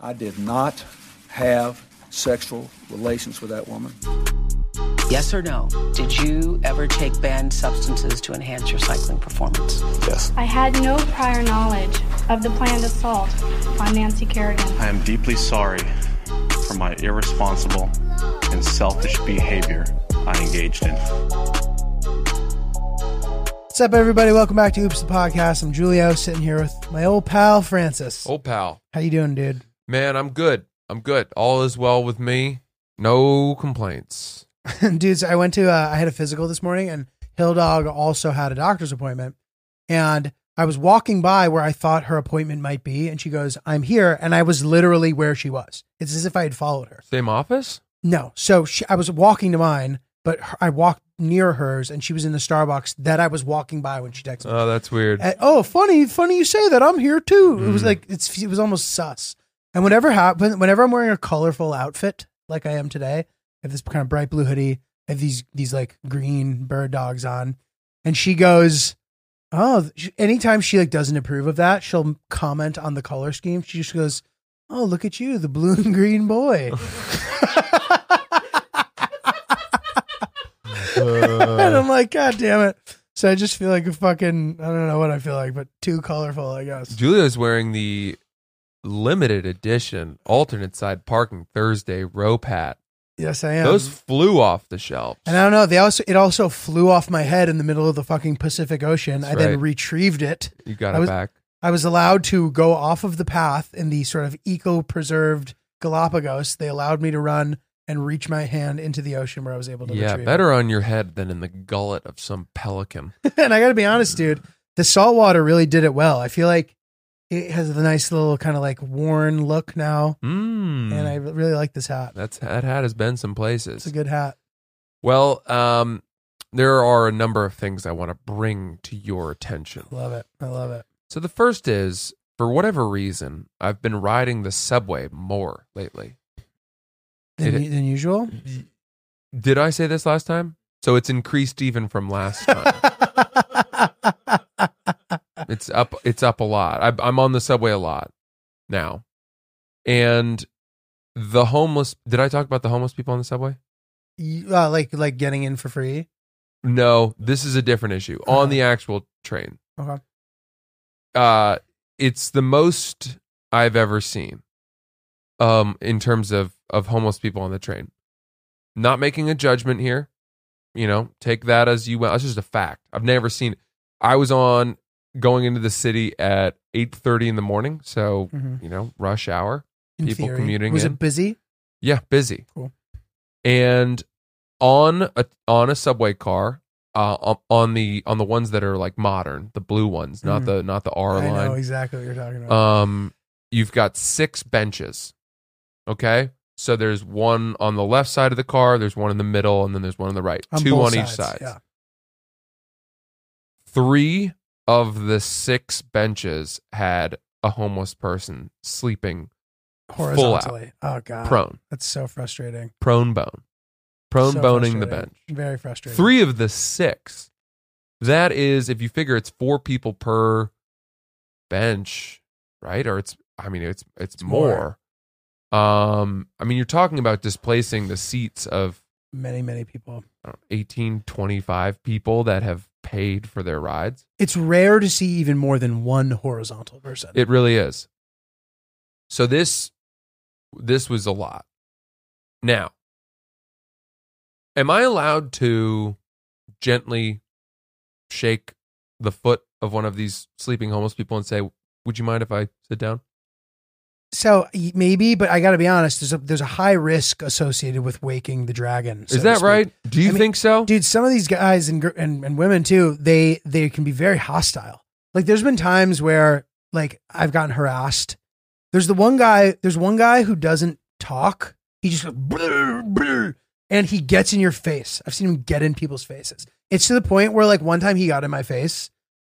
I did not have sexual relations with that woman. Yes or no? Did you ever take banned substances to enhance your cycling performance? Yes. I had no prior knowledge of the planned assault on Nancy Kerrigan. I am deeply sorry for my irresponsible and selfish behavior I engaged in. What's up, everybody? Welcome back to Oops the Podcast. I'm Julio, sitting here with my old pal Francis. Old Oh, pal. How you doing, dude? Man, I'm good. I'm good. All is well with me. No complaints. Dudes, I went to uh, I had a physical this morning, and Hill Dog also had a doctor's appointment. And I was walking by where I thought her appointment might be, and she goes, "I'm here," and I was literally where she was. It's as if I had followed her. Same office? No, so she, I was walking to mine, but her, I walked near hers, and she was in the Starbucks that I was walking by when she texted. me. Oh, that's weird. Uh, oh, funny, funny you say that. I'm here too. It was Mhm. like it's it was almost sus. And whenever happen, whenever I'm wearing a colorful outfit like I am today, I have this kind of bright blue hoodie, I have these these like green bird dogs on, and she goes, "Oh." sh- Anytime she like doesn't approve of that, she'll comment on the color scheme. She just goes, "Oh, look at you, the blue and green boy." and I'm like, God damn it. So I just feel like a fucking, I don't know what I feel like, but too colorful, I guess. Julia's wearing the limited edition alternate side parking Thursday rope hat. Yes, I am. Those flew off the shelves. and I don't know. They also, it also flew off my head in the middle of the fucking Pacific Ocean. I That's then right. retrieved it. you got I it was- back. I was allowed to go off of the path in the sort of eco preserved Galapagos. They allowed me to run and reach my hand into the ocean where I was able to Yeah, retrieve it. better on your head than in the gullet of some pelican. and I got to be honest, dude, the salt water really did it well. I feel like it has a nice little kind of like worn look now, Mm. and I really like this hat. that's that hat has been some It's places. a good hat. well, um, there are a number of things I want to bring to your attention. Love it. I love it. So the first is, for whatever reason, I've been riding the subway more lately. Than, It- than usual. Did I say this last time? So it's increased even from last time. Uh. it's up. It's up a lot. I, I'm on the subway a lot now, and the homeless. Did I talk about the homeless people on the subway? You- uh, like like getting in for free. No, this is a different issue Uh-huh. on the actual train. Okay. Uh, it's the most I've ever seen um, in terms of, of homeless people on the train. Not making a judgment here. You know, take that as you will. It's just a fact. I've never seen. I was on going into the city at 8.30 in the morning. So, Mhm. you know, rush hour In People theory. commuting Was in. it busy? yeah, busy. Cool. And on a on a subway car, uh, on the on the ones that are like modern, the blue ones, Mhm. not the not the R I know line. exactly what you're talking about. Um, you've got six benches. Okay, so there's one on the left side of the car, there's one in the middle, and then there's one on the right. On Two both on each sides, side. yeah. Three of the six benches had a homeless person sleeping out. Horizontally. Oh god. prone, That's so frustrating. prone bone, prone So boning the frustrating. bench. Very frustrating. three of the six. That is, if you figure it's four people per bench, right? Or it's, I mean, it's it's, more. more. Um, I mean, you're talking about displacing the seats of Many many people. I don't know, 18, 25 people that have paid for their rides. It's rare to see even more than one horizontal person. It really is. So this this was a lot. Now, am I allowed to gently shake the foot of one of these sleeping homeless people and say, "Would you mind if I sit down?" So y- maybe, but I got to be honest. There's a there's a high risk associated with waking the dragon. so is to that speak. right? Do you I mean, think so? dude? Some of these guys and, gr- and and women too. They they can be very hostile. Like there's been times where like I've gotten harassed. There's the one guy. There's one guy who doesn't talk. He just goes, "Brr, brr," and he gets in your face. I've seen him get in people's faces. It's to the point where like one time he got in my face,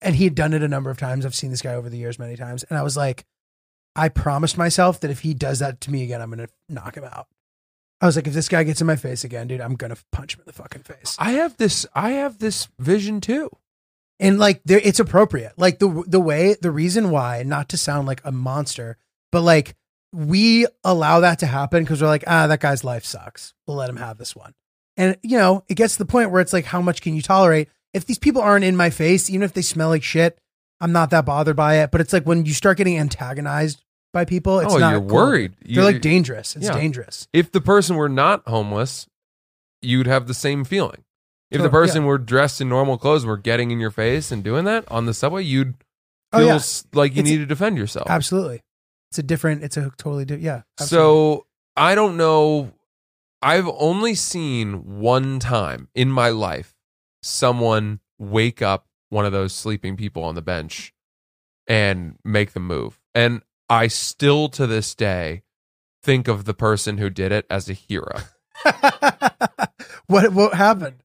and he had done it a number of times. I've seen this guy over the years many times, and I was like. I promised myself that if he does that to me again, I'm gonna knock him out. I was like, if this guy gets in my face again, dude, I'm gonna punch him in the fucking face. I have this I have this vision too. And like, there, it's appropriate. Like the the way, the reason why, not to sound like a monster, but like we allow that to happen because we're like, ah, that guy's life sucks. We'll let him have this one. And, you know, it gets to the point where it's like, how much can you tolerate? If these people aren't in my face, even if they smell like shit, I'm not that bothered by it. But it's like when you start getting antagonized by people, it's Oh, not you're cool. worried. You- They're like dangerous. It's Yeah. dangerous. If the person were not homeless, you'd have the same feeling. If Sure, the person were dressed in normal clothes, were getting in your face and doing that on the subway, you'd Oh, feel yeah. s- like you It's- need to defend yourself. Absolutely. It's a different, it's a totally different, yeah. absolutely. So I don't know. I've only seen one time in my life someone wake up one of those sleeping people on the bench and make them move. And I still to this day think of the person who did it as a hero. what, what happened?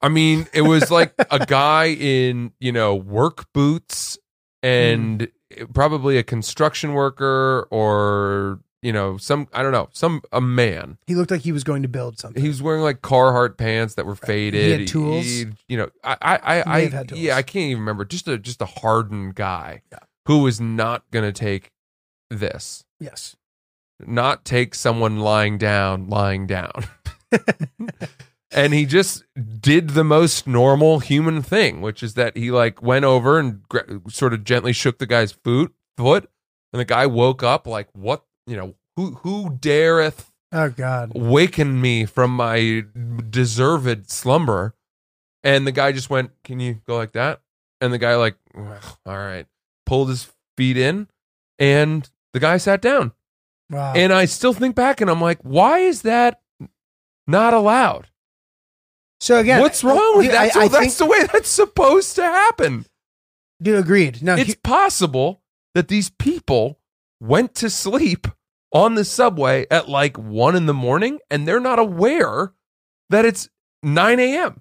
I mean, it was like a guy in, you know, work boots and probably a construction worker or, you know, some, I don't know, some, a man. He looked like he was going to build something. He was wearing like Carhartt pants that were faded. He had tools? you know, I, I, He I, may I have had tools. yeah, I can't even remember. Just a just a hardened guy Yeah. who was not going to take this, yes. not take someone lying down, lying down. and he just did the most normal human thing, which is that he like went over and gra- sort of gently shook the guy's foot, foot, and the guy woke up like, what, you know, who who dareth Oh, God. waken me from my deserved slumber. And the guy just went, Can you go like that? And the guy, like, "Ugh, all right, pulled his feet in and the guy sat down. Wow. And I still think back and I'm like, Why is that not allowed? so again, What's wrong with dude, that? I, I so that's think, the way that's supposed to happen. dude, agreed. No, It's he- possible that these people went to sleep on the subway at like one in the morning and they're not aware that it's 9 a.m.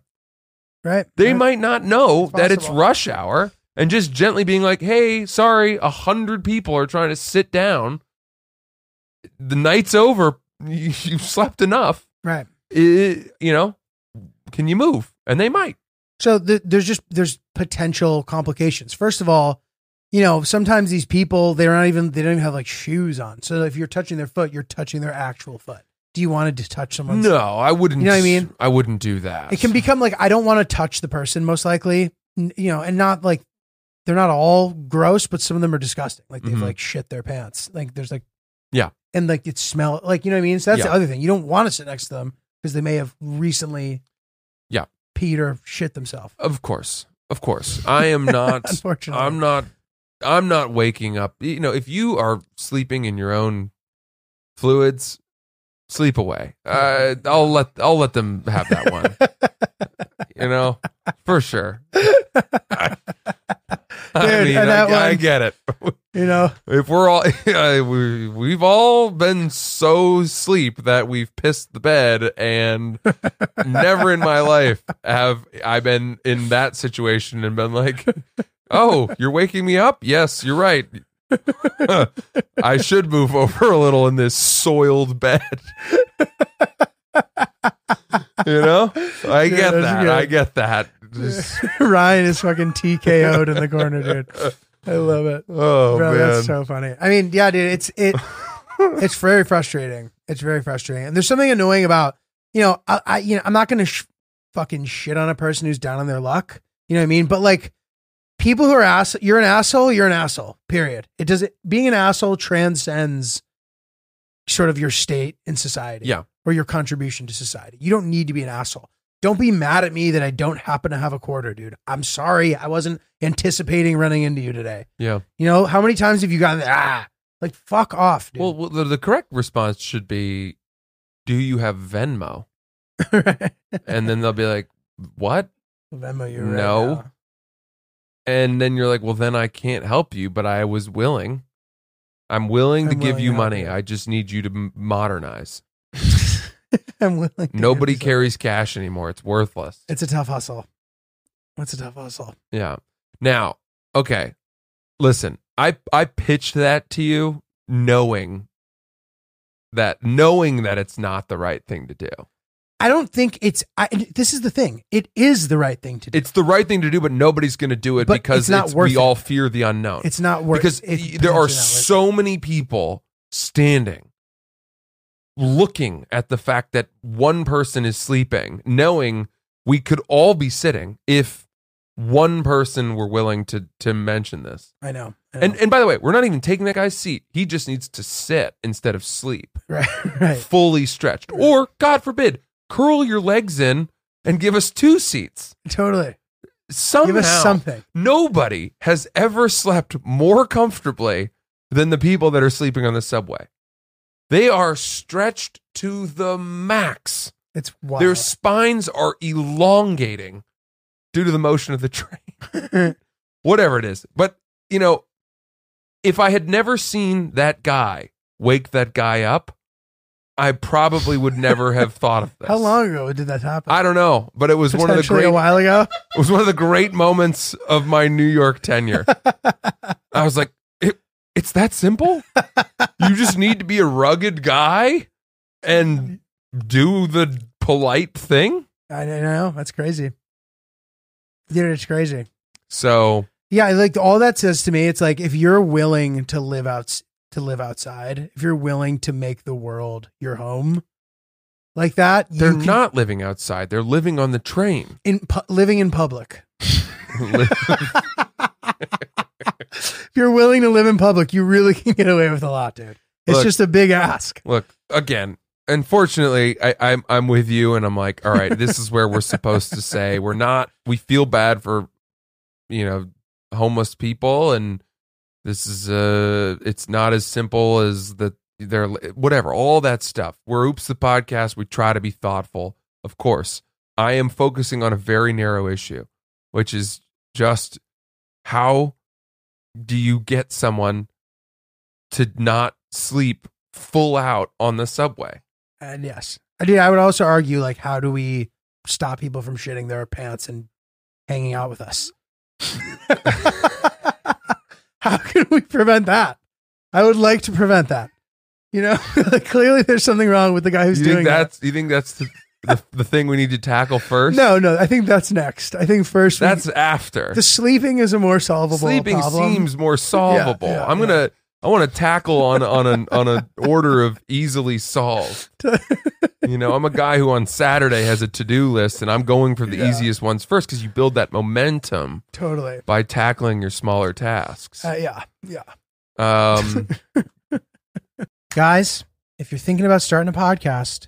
right. They right. might not know It's that it's possible. rush hour and just gently being like, hey, sorry, a hundred people are trying to sit down. The night's over. You- You've slept enough. right. I- you know, can you move? And they might. So th there's just there's potential complications. First of all, you know sometimes these people they're not even they don't even have like shoes on. So if you're touching their foot, you're touching their actual foot. Do you want to just touch someone's? No, I wouldn't. You know what I mean? I wouldn't do that. It can become like I don't want to touch the person most likely. N- You know, and not like they're not all gross, but some of them are disgusting. Like they've Mhm. like shit their pants. Like there's like Yeah. and like it smell like you know what I mean. So that's the Yeah. other thing. You don't want to sit next to them because they may have recently Yeah. peed or shit themselves. Of course. Of course. I am not Unfortunately, I'm not I'm not waking up. You know, if you are sleeping in your own fluids, sleep away. Uh, I'll let I'll let them have that one. you know, for sure. I Dude, mean, and I, that I one- get it. You know, If we're all we we've all been so sleep that we've pissed the bed and never in my life have I been in that situation and been like, "Oh, you're waking me up? Yes, you're right. I should move over a little in this soiled bed." you know? I Dude, get that's that. good. I get that. Just- Ryan is fucking TKO'd in the corner, dude. I love it. oh Bro, man. that's so funny. I mean, yeah, dude, it's it it's very frustrating. It's very frustrating. And there's something annoying about, you know, I, I you know, I'm not going to sh- fucking shit on a person who's down on their luck. You know what I mean? But like people who are ass you're an asshole, you're an asshole. Period. It doesn't being an asshole transcends sort of your state in society Yeah. or your contribution to society. You don't need to be an asshole. Don't be mad at me that I don't happen to have a quarter, dude. I'm sorry. I wasn't anticipating running into you today. yeah. You know, how many times have you gotten ah like fuck off, dude? Well, well the, the correct response should be, "Do you have Venmo?" And then they'll be like, "What?" Venmo you No. right now. And then you're like, "Well, then I can't help you, but I was willing. I'm willing to I'm give willing you to help money. you." I just need you to m- modernize. I'm willing. to give Nobody this up. carries cash anymore. It's worthless." It's a tough hustle. It's a tough hustle. Yeah. Now, okay. Listen, I I pitched that to you knowing that knowing that it's not the right thing to do. I don't think it's. I, this is the thing. It is the right thing to do. It's the right thing to do, but nobody's going to do it But because it's not it's- worth we it. all fear the unknown. It's not worth because it's y- there potentially not are worth so many people standing, looking at the fact that one person is sleeping, knowing we could all be sitting if one person were willing to to mention this. I know. I know. And and by the way, we're not even taking that guy's seat. He just needs to sit instead of sleep. right, right. Fully stretched. Or God forbid, curl your legs in and give us two seats. Totally. Somehow Give us something. nobody has ever slept more comfortably than the people that are sleeping on the subway. They are stretched to the max. It's wild. Their spines are elongating due to the motion of the train. Whatever it is. But, you know, if I had never seen that guy wake that guy up, I probably would never have thought of this. How long ago did that happen? I don't know, but it was one of the Potentially great a while ago. it was one of the great moments of my New York tenure. I was like, it, it's that simple? You just need to be a rugged guy and do the polite thing? I don't know. That's crazy. Dude, it's crazy. So, Yeah, like all that says to me, it's like if you're willing to live out to live outside, if you're willing to make the world your home, like that, you they're can- not living outside. They're living on the train. in pu- living in public. Li- If you're willing to live in public, you really can get away with a lot, dude. It's Look. just a big ask. Look, again, unfortunately, I, I'm, I'm with you and I'm like, all right, this is where we're supposed to say we're not, we feel bad for, you know, homeless people and this is uh it's not as simple as the they're whatever all that stuff we're oops the podcast we try to be thoughtful of course i am focusing on a very narrow issue which is just how do you get someone to not sleep full out on the subway And yes, I do. I would also argue, like, how do we stop people from shitting their pants and hanging out with us? how can we prevent that? I would like to prevent that. You know, like, clearly there's something wrong with the guy who's you doing think that. that's you think that's the, the, the thing we need to tackle first No, no, I think that's next. I think first, we- that's after the sleeping is a more solvable sleeping problem. seems more solvable. Yeah, yeah, I'm yeah. gonna I want to tackle on on an on an order of easily solved. you know, I'm a guy who on Saturday has a to do list, and I'm going for the easiest ones first because you build that momentum totally. by tackling your smaller tasks. Uh, yeah, yeah. Um, guys, if you're thinking about starting a podcast,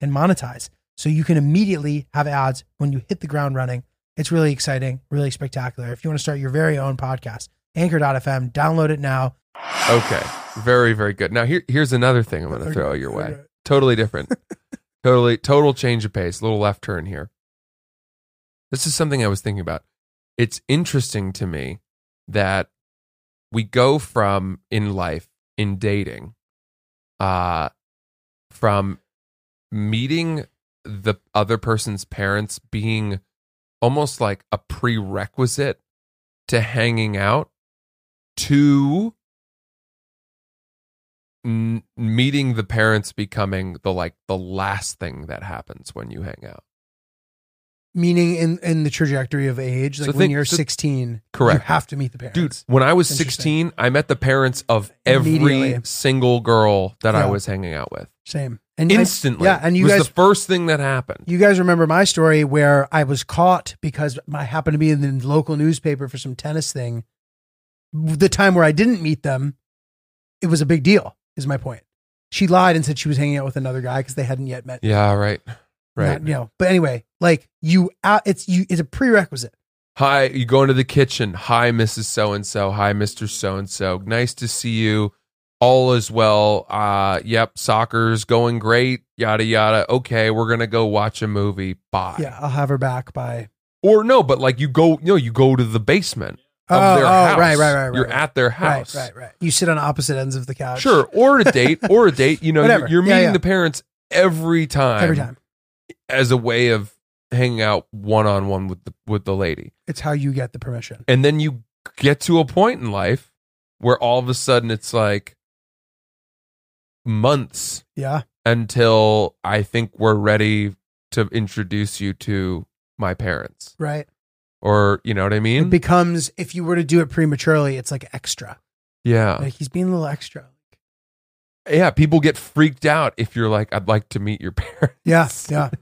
and monetize. So you can immediately have ads when you hit the ground running. It's really exciting, really spectacular. If you want to start your very own podcast, anchor.fm, download it now. okay, very very good. Now here here's another thing I'm gonna throw your way. Totally different. totally total change of pace. Little left turn here. This is something I was thinking about. It's interesting to me that we go from in life in dating uh from meeting the other person's parents being almost like a prerequisite to hanging out to n- meeting the parents becoming the like the last thing that happens when you hang out. Meaning in, in the trajectory of age, So like when think- you're so- 16, Correct. you have to meet the parents. Dude, when I was Interesting. 16, I met the parents of every Immediately. single girl that I Yeah. was hanging out with. Same. And I- Instantly. yeah. And you was guys the first thing that happened. You guys remember my story where I was caught because I happened to be in the local newspaper for some tennis thing. The time where I didn't meet them, it was a big deal, is my point. She lied and said she was hanging out with another guy because they hadn't yet met. yeah, right. Right. Not- you know, but anyway, like you, out, it's you, it's a prerequisite. Hi, you go into the kitchen. Hi, Mrs. So and so. Hi, Mr. So and so. Nice to see you. All is well. Uh, yep, soccer's going great. Yada yada. Okay, we're gonna go watch a movie. Bye. Yeah, I'll have her back by. Or no, but like you go, no, you go to the basement of Oh, their oh, house. right, right, right, right, You're right. at their Right, house. right, right. You sit on opposite ends of the couch. Sure, or a date, or a date. You know, Whatever. you're, you're Yeah, meeting yeah. the parents every time, Every time. as a way of hanging out one on one with the with the lady, It's how you get the permission. and then you get to a point in life where all of a sudden it's like months Yeah. until I think we're ready to introduce you to my parents, Right. or you know what I mean? It becomes if you were to do it prematurely, it's like extra. yeah, Like he's being a little extra. yeah. People get freaked out if you're like, "I'd like to meet your parents." Yeah.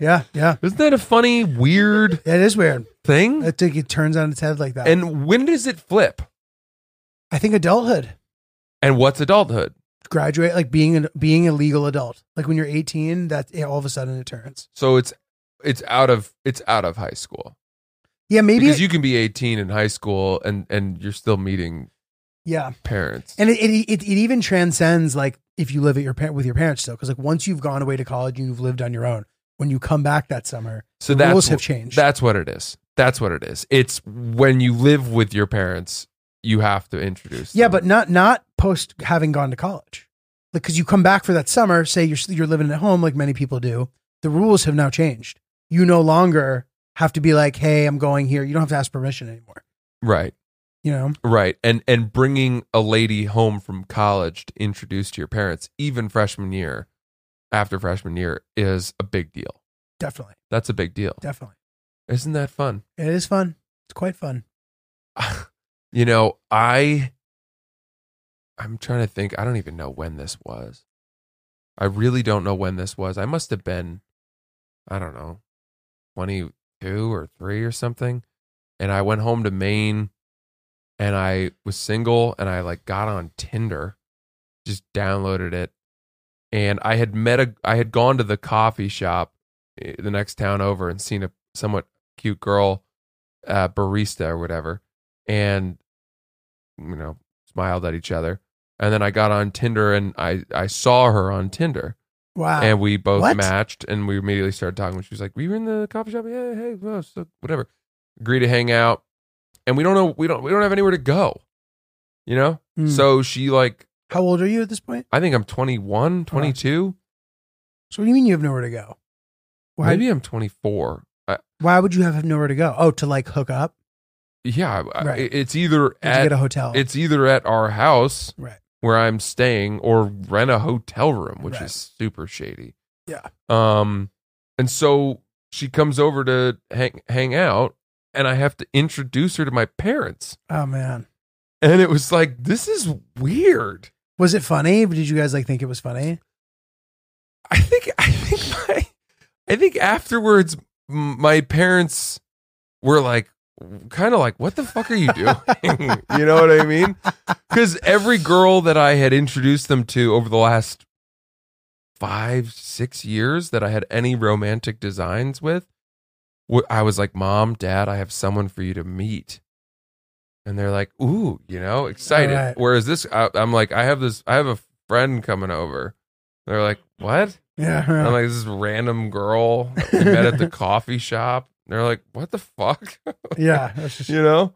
Yeah. yeah. Yeah. Isn't that a funny, weird It is weird. thing? I think it turns on its head like that. And when does it flip? I think adulthood, And what's adulthood? graduate, like being a, being a legal adult. Like when you're 18, that yeah, all of a sudden it turns. So it's it's out of it's out of high school Yeah. Maybe. because it- you can be 18 in high school and and you're still meeting yeah. parents. And it, it, it, it even transcends like if you live at your par- with your parents still, because like once you've gone away to college and you've lived on your own, when you come back that summer, so the that's rules have wh- changed. That's what it is. That's what it is. It's when you live with your parents, you have to introduce. yeah, them. but not not post having gone to college, like because you come back for that summer. Say you're you're living at home, like many people do. The rules have now changed. You no longer have to be like, "Hey, I'm going here." You don't have to ask permission anymore. right, You know, right, and and bringing a lady home from college to introduce to your parents, even freshman year, after freshman year, is a big deal. definitely, That's a big deal. definitely, Isn't that fun? it is fun. It's quite fun. you know, I I'm trying to think. I don't even know when this was. I really don't know when this was. I must have been I don't know, 22 or 3 or something. And I went home to Maine and I was single and I like got on Tinder, just downloaded it. And I had met a I had gone to the coffee shop eh, the next town over and seen a somewhat cute girl uh barista or whatever and you know smiled at each other and then i got on tinder and i i saw her on tinder Wow. and we both Ah, What? matched and we immediately started talking she was like we were in the coffee shop yeah hey well, so whatever agree to hang out and we don't know we don't we don't have anywhere to go you know Hmm. so she like How old are you at this point? i think i'm 21 22 So what do you mean you have nowhere to go? Why? maybe i'm 24 I, Why would you have nowhere to go? Oh, to like hook up, yeah I- Right. it's either or to at get a hotel. it's either at our house right. where I'm staying or rent a hotel room, which Right. is super shady. Yeah. Um, and so she comes over to hang hang out, and I have to introduce her to my parents. Oh man, And it was like, this is weird. was it funny? Did you guys like think it was funny? I think I think my I think afterwards m- my parents were like kind of like what the fuck are you doing? you know what I mean? Cuz every girl that I had introduced them to over the last 5 6 years that I had any romantic designs with wh- I was like, "Mom, dad, I have someone for you to meet." And they're like, "Ooh, you know, excited." All right. Whereas this I, I'm like, "I have this I have a friend coming over." They're like, "What?" Yeah. I'm like, "This is random girl that we met at the coffee shop." They're like, "What the fuck?" yeah. that's just- you know.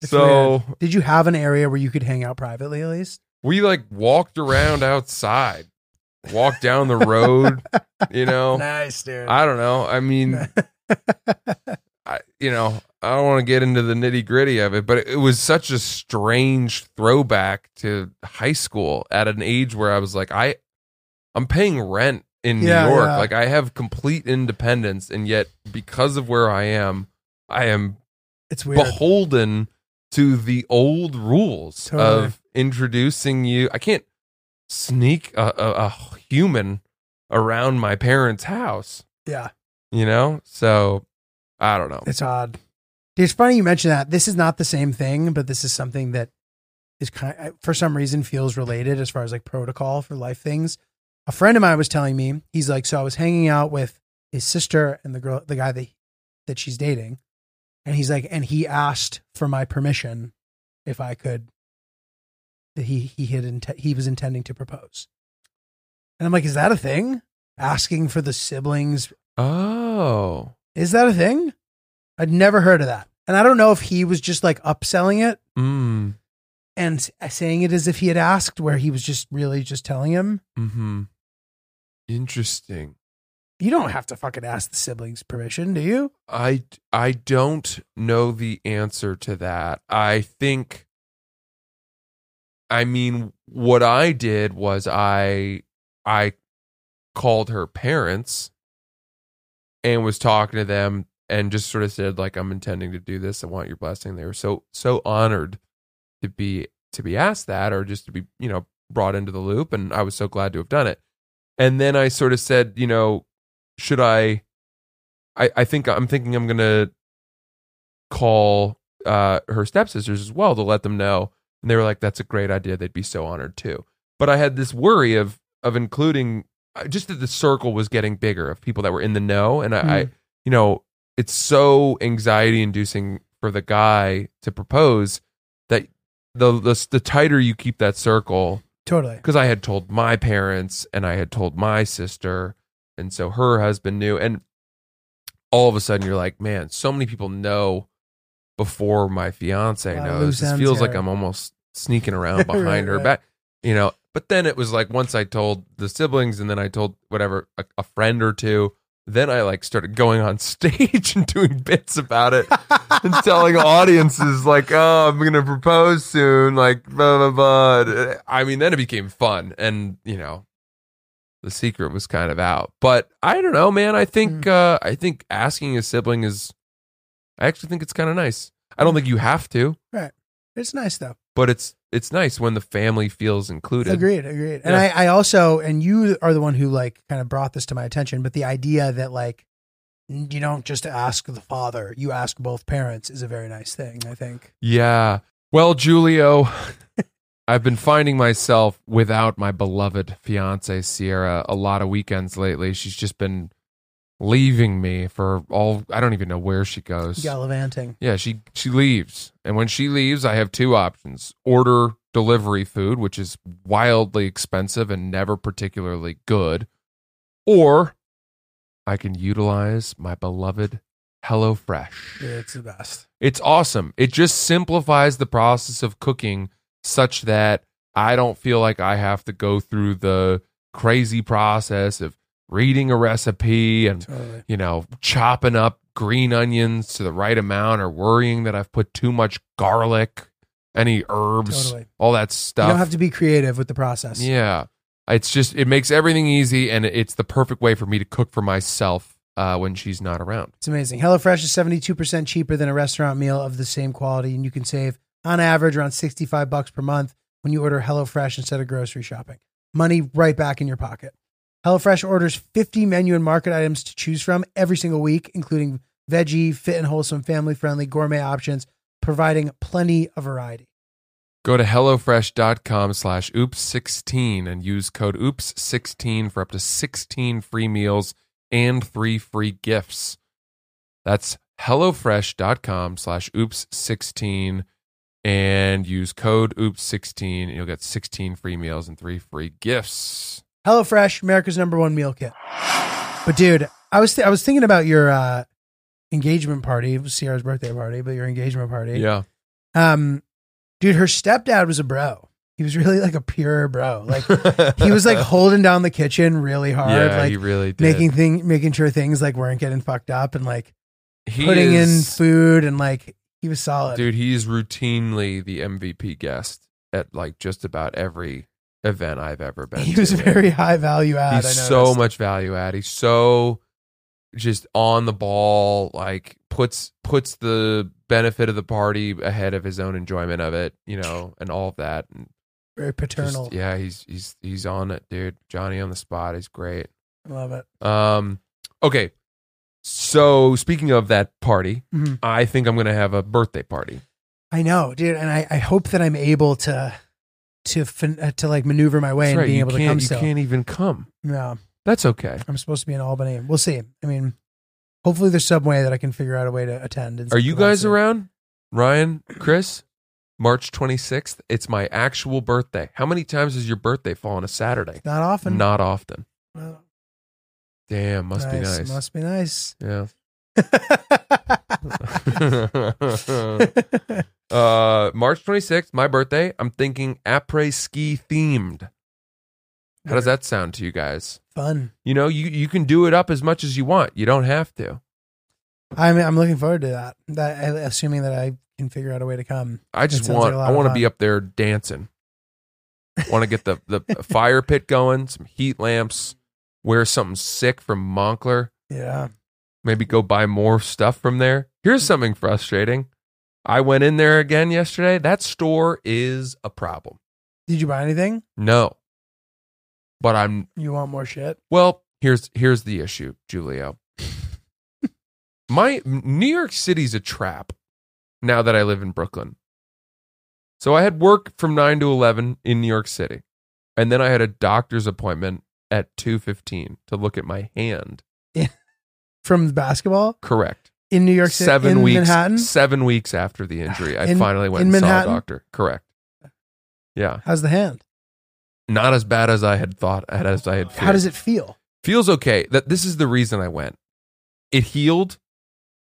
It's so weird. did you have an area where you could hang out privately at least? we like walked around outside, walked down the road. You know, Nice, dude. I don't know. I mean, I, you know, I don't want to get into the nitty gritty of it, but it, it was such a strange throwback to high school at an age where I was like, I, I'm paying rent in Yeah, New York. yeah. Like I have complete independence, and yet because of where I am, I am it's weird. beholden to the old rules Totally. of introducing you. I can't sneak a, a, a human around my parents' house, yeah, you know. So I don't know. it's odd. Dude, it's funny you mentioned that. This is not the same thing, but this is something that is kind for some reason feels related as far as like protocol for life things. A friend of mine was telling me he's like, so I was hanging out with his sister and the girl, the guy that that she's dating, and he's like, and he asked for my permission if I could. That he he had inte- he was intending to propose, and I'm like, is that a thing? Asking for the siblings Oh, Is that a thing? I'd never heard of that. And I don't know if he was just like upselling it Mm. and s- uh, saying it as if he had asked, where he was just really just telling him, Hmm. Interesting. you don't have to fucking ask the siblings permission, do you? I I don't know the answer to that. I think I mean what I did was I I called her parents and was talking to them and just sort of said like I'm intending to do this. I want your blessing. They were so so honored to be to be asked that or just to be, you know, brought into the loop and I was so glad to have done it. And then I sort of said, you know, should I I, I think I'm thinking I'm gonna call uh, her stepsisters as well to let them know. And they were like, "That's a great idea. They'd be so honored too." But I had this worry of of including I- just that the circle was getting bigger of people that were in the know, and I, I you know, it's so anxiety inducing for the guy to propose that the the, the tighter you keep that circle, Totally. because I had told my parents and I had told my sister, and so her husband knew. And all of a sudden, you're like, man, so many people know before my fiance Lot of knows. loose This ends feels here. like I'm almost sneaking around behind Right, her right. back, you know. But then it was like once I told the siblings, and then I told whatever a, a friend or two. Then I like started going on stage and doing bits about it and telling audiences like, "Oh, I'm gonna propose soon," like blah blah blah. I mean, then it became fun, and you know, the secret was kind of out. But I don't know, man. I think Hmm. uh, I think asking a sibling is, I actually think it's kind of nice. I don't think you have to, It's nice though. but it's it's nice when the family feels included. Agreed, agreed. And Yeah. I, I also, and you are the one who like kind of brought this to my attention, but the idea that like you don't just ask the father, you ask both parents is a very nice thing, I think. Yeah. Well, Julio, I've been finding myself without my beloved fiance Sierra a lot of weekends lately. She's just been leaving me for all I don't even know where she goes. Gallivanting. Yeah, she she leaves. And when she leaves, I have two options. Order delivery food, which is wildly expensive and never particularly good, or I can utilize my beloved HelloFresh. It's the best. It's awesome. It just simplifies the process of cooking such that I don't feel like I have to go through the crazy process of reading a recipe and, Totally. you know, chopping up green onions to the right amount or worrying that I've put too much garlic, any herbs, Totally. all that stuff. You don't have to be creative with the process. Yeah. It's just, it makes everything easy and it's the perfect way for me to cook for myself uh, when she's not around. It's amazing. HelloFresh is 72% cheaper than a restaurant meal of the same quality, and you can save on average around 65 bucks per month when you order HelloFresh instead of grocery shopping. Money right back in your pocket. HelloFresh orders 50 menu and market items to choose from every single week, including veggie, fit and wholesome, family friendly, gourmet options, providing plenty of variety. Go to HelloFresh.com slash oops16 and use code oops16 for up to 16 free meals and three free gifts. That's HelloFresh.com slash oops16 and use code oops16 and you'll get 16 free meals and three free gifts. HelloFresh, America's number one meal kit. But dude, I was th- I was thinking about your uh, engagement party. It was Sierra's birthday party, but your engagement party. Yeah. Um, dude, her stepdad was a bro. He was really like a pure bro. Like he was like holding down the kitchen really hard, yeah, like he really did. making thing, making sure things like weren't getting fucked up, and like He putting is- in food, and like he was solid. Dude, he's routinely the MVP guest at like just about every event I've ever been he was to. very high value add. He's I so noticed. much value add. He's so just on the ball, like puts puts the benefit of the party ahead of his own enjoyment of it, you know, and all of that. And very just- paternal. yeah, he's he's he's on it, dude. Johnny on the spot is great. I love it. Um okay. So speaking of that party, Mhm. I think I'm gonna have a birthday party. I know, dude, and I, I hope that I'm able to to fin- uh, to like maneuver my way That's and right, being you able to can't- come. you still. can't even come. No, That's okay. I'm supposed to be in Albany. We'll see. I mean, hopefully there's some way that I can figure out a way to attend. and Are you stuff like guys that. around? Ryan, Chris, March 26th. It's my actual birthday. How many times does your birthday fall on a Saturday? Not often. Not often. Well, Damn, must be nice. Must be nice. yeah. uh, March 26th, my birthday. I'm thinking après ski themed. How does that sound to you guys? Fun. You know, you, you can do it up as much as you want. You don't have to. I'm I'm looking forward to that. That I- assuming that I can figure out a way to come. I That just sounds want like a lot I of want to fun. be up there dancing. want to get the the fire pit going, some heat lamps, wear something sick from Moncler, Yeah. maybe go buy more stuff from there. Here's something frustrating. I went in there again yesterday. That store is a problem. Did you buy anything? No. But I'm You want more shit? well, here's here's the issue, Julio. My New York City's a trap now that I live in Brooklyn. So I had work from 9 to 11 in New York City. And then I had a doctor's appointment at 2:15 to look at my hand. From basketball Correct. in New York City, 7 in weeks Manhattan. 7 weeks after the injury, I In- finally went in and Manhattan? saw a doctor. Correct. Yeah. How's the hand? Not as bad as I had thought as I had feared. How does it feel? feels okay. That this is the reason I went. It healed,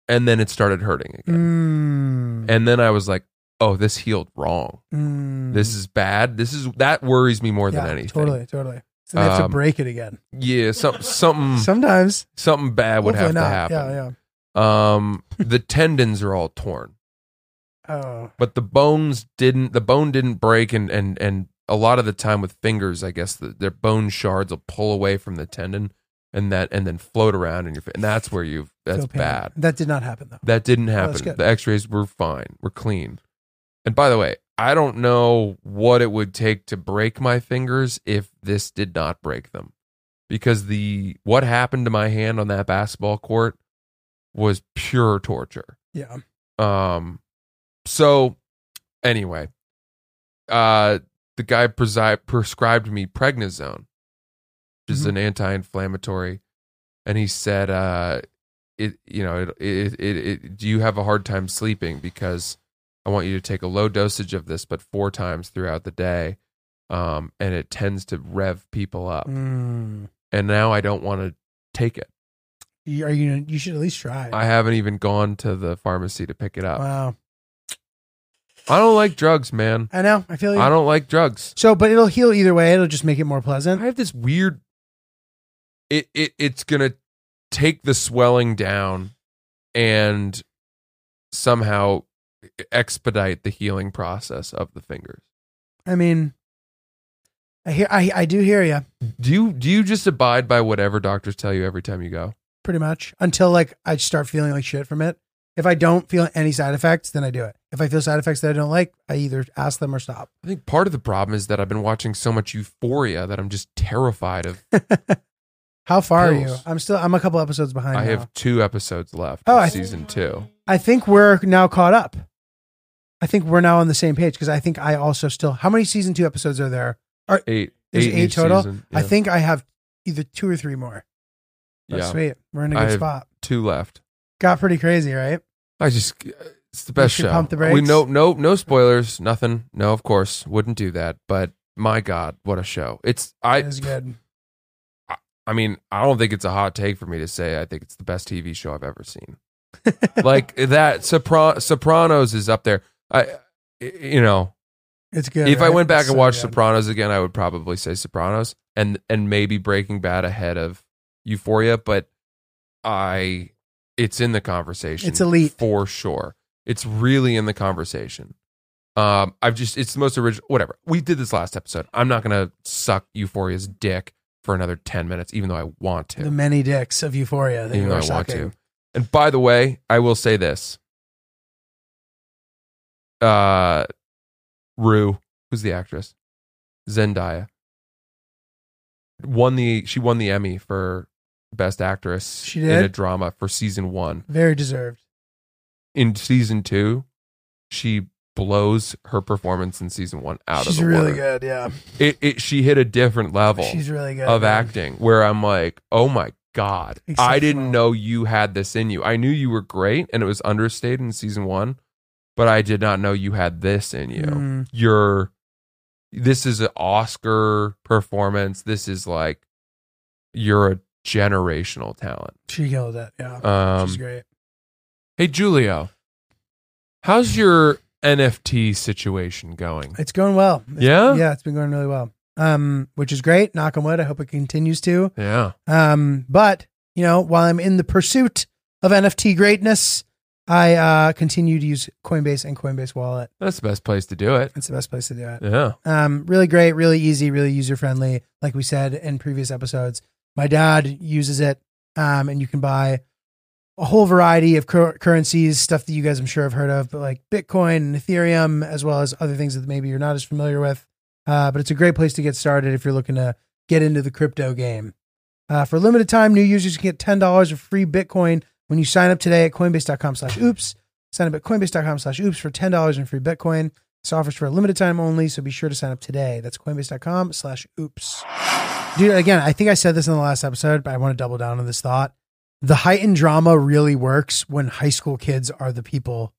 and then it started hurting again. Mm. And then I was like, "Oh, this healed wrong. Mm. This is bad. This is that worries me more than Yeah, anything." Totally, totally. So they have to Um, hmm. break it again. Yeah, some, something Sometimes something bad would have hopefully to not. happen. Yeah, Um, the tendons are all torn, yeah. Oh, but the bones didn't. The bone didn't break, and and and a lot of the time with fingers, I guess the, their bone shards will pull away from the tendon. And that, and then float around in your, fa- and that's where you. That's feel pain. bad. That did not happen though. That didn't that's happen. good. the x-rays were fine. We're clean. And by the way, I don't know what it would take to break my fingers if this did not break them. Because the what happened to my hand on that basketball court was pure torture. Yeah. Um so anyway, uh the guy presi- prescribed me prednisone, which is Mhm. an anti-inflammatory and he said uh it you know it, it it it do you have a hard time sleeping because i want you to take a low dosage of this but four times throughout the day um and it tends to rev people up Mm. and now i don't want to take it You, are you? You should at least try. i haven't even gone to the pharmacy to pick it up wow. i don't like drugs man I know. I feel you. i don't like drugs so, but it'll heal either way. It'll just make it more pleasant. i have this weird it it it's gonna take the swelling down and somehow expedite the healing process of the fingers I mean, I hear. I I do hear you Do you do you just abide by whatever doctors tell you every time you go? pretty much until like I start feeling like shit from it. If I don't feel any side effects, then I do it. If I feel side effects that I don't like, I either ask them or stop. I think part of the problem is that I've been watching so much Euphoria that I'm just terrified of. How far are you? Pills. I'm still. I'm a couple episodes behind. I, now. have two episodes left. Oh, Oh, I- season two. I think we're now caught up. I think we're now on the same page because I think I also still. How many season two episodes are there? Eight. There's in eight each total. season. I Yeah. think I have either two or three more. Oh, yeah, Sweet. We're in a good I have- spot. two left. Got pretty crazy, right? I just uh, it's the best should show. pump the we brakes. no no no spoilers, nothing. No, of course, wouldn't do that. But my God, what a show! It's I it was good. I mean, I don't think it's a hot take for me to say I think it's the best TV show I've ever seen. like that Sopra- Sopranos is up there. I you know, It's good. if I right? went back It's and so watched good. Sopranos again, I would probably say Sopranos and and maybe Breaking Bad ahead of Euphoria, but I it's in the conversation. It's elite. for sure. It's really in the conversation. Um, I've just it's the most original. Whatever we did this last episode, I'm not gonna suck Euphoria's dick for another ten minutes, even though I want to the many dicks of Euphoria that even you though were I want sucking. to. And by the way, I will say this. Uh Rue, who's the actress? Zendaya. Won the she won the Emmy for Best Actress She in did? a drama for season one. Very deserved. In season two, she blows her performance in season one out She's of the really water. good. Yeah. It, it she hit a different level She's really good. of man. acting where I'm like, oh my God, I Exceptional. didn't know you had this in you. I knew you were great and it was understated in season one, but I did not know you had this in you. Mm. You're, this is an Oscar performance. This is like, you're a generational talent. She killed it. Yeah. Um, She's great. Hey, Julio, how's your NFT situation going? It's going well. It's- Yeah? yeah, it's been going really well. Um, which is great. Knock on wood. I hope it continues to. Yeah. Um, but you know, while I'm in the pursuit of NFT greatness, I uh, continue to use Coinbase and Coinbase Wallet. That's the best place to do it. It's the best place to do it. Yeah. Um, really great, really easy, really user friendly. Like we said in previous episodes, my dad uses it, um, and you can buy a whole variety of cur- currencies, stuff that you guys I'm sure have heard of, but like Bitcoin and Ethereum, as well as other things that maybe you're not as familiar with. Uh, but it's a great place to get started if you're looking to get into the crypto game. Uh, for a limited time, new users can get ten dollars of free Bitcoin when you sign up today at Coinbase.com/oops. Sign up at Coinbase.com/oops for ten dollars in free Bitcoin. This offer's for a limited time only, so be sure to sign up today. That's Coinbase.com/oops. Dude, again, I think I said this in the last episode, but I want to double down on this thought. The heightened drama really works when high school kids are the people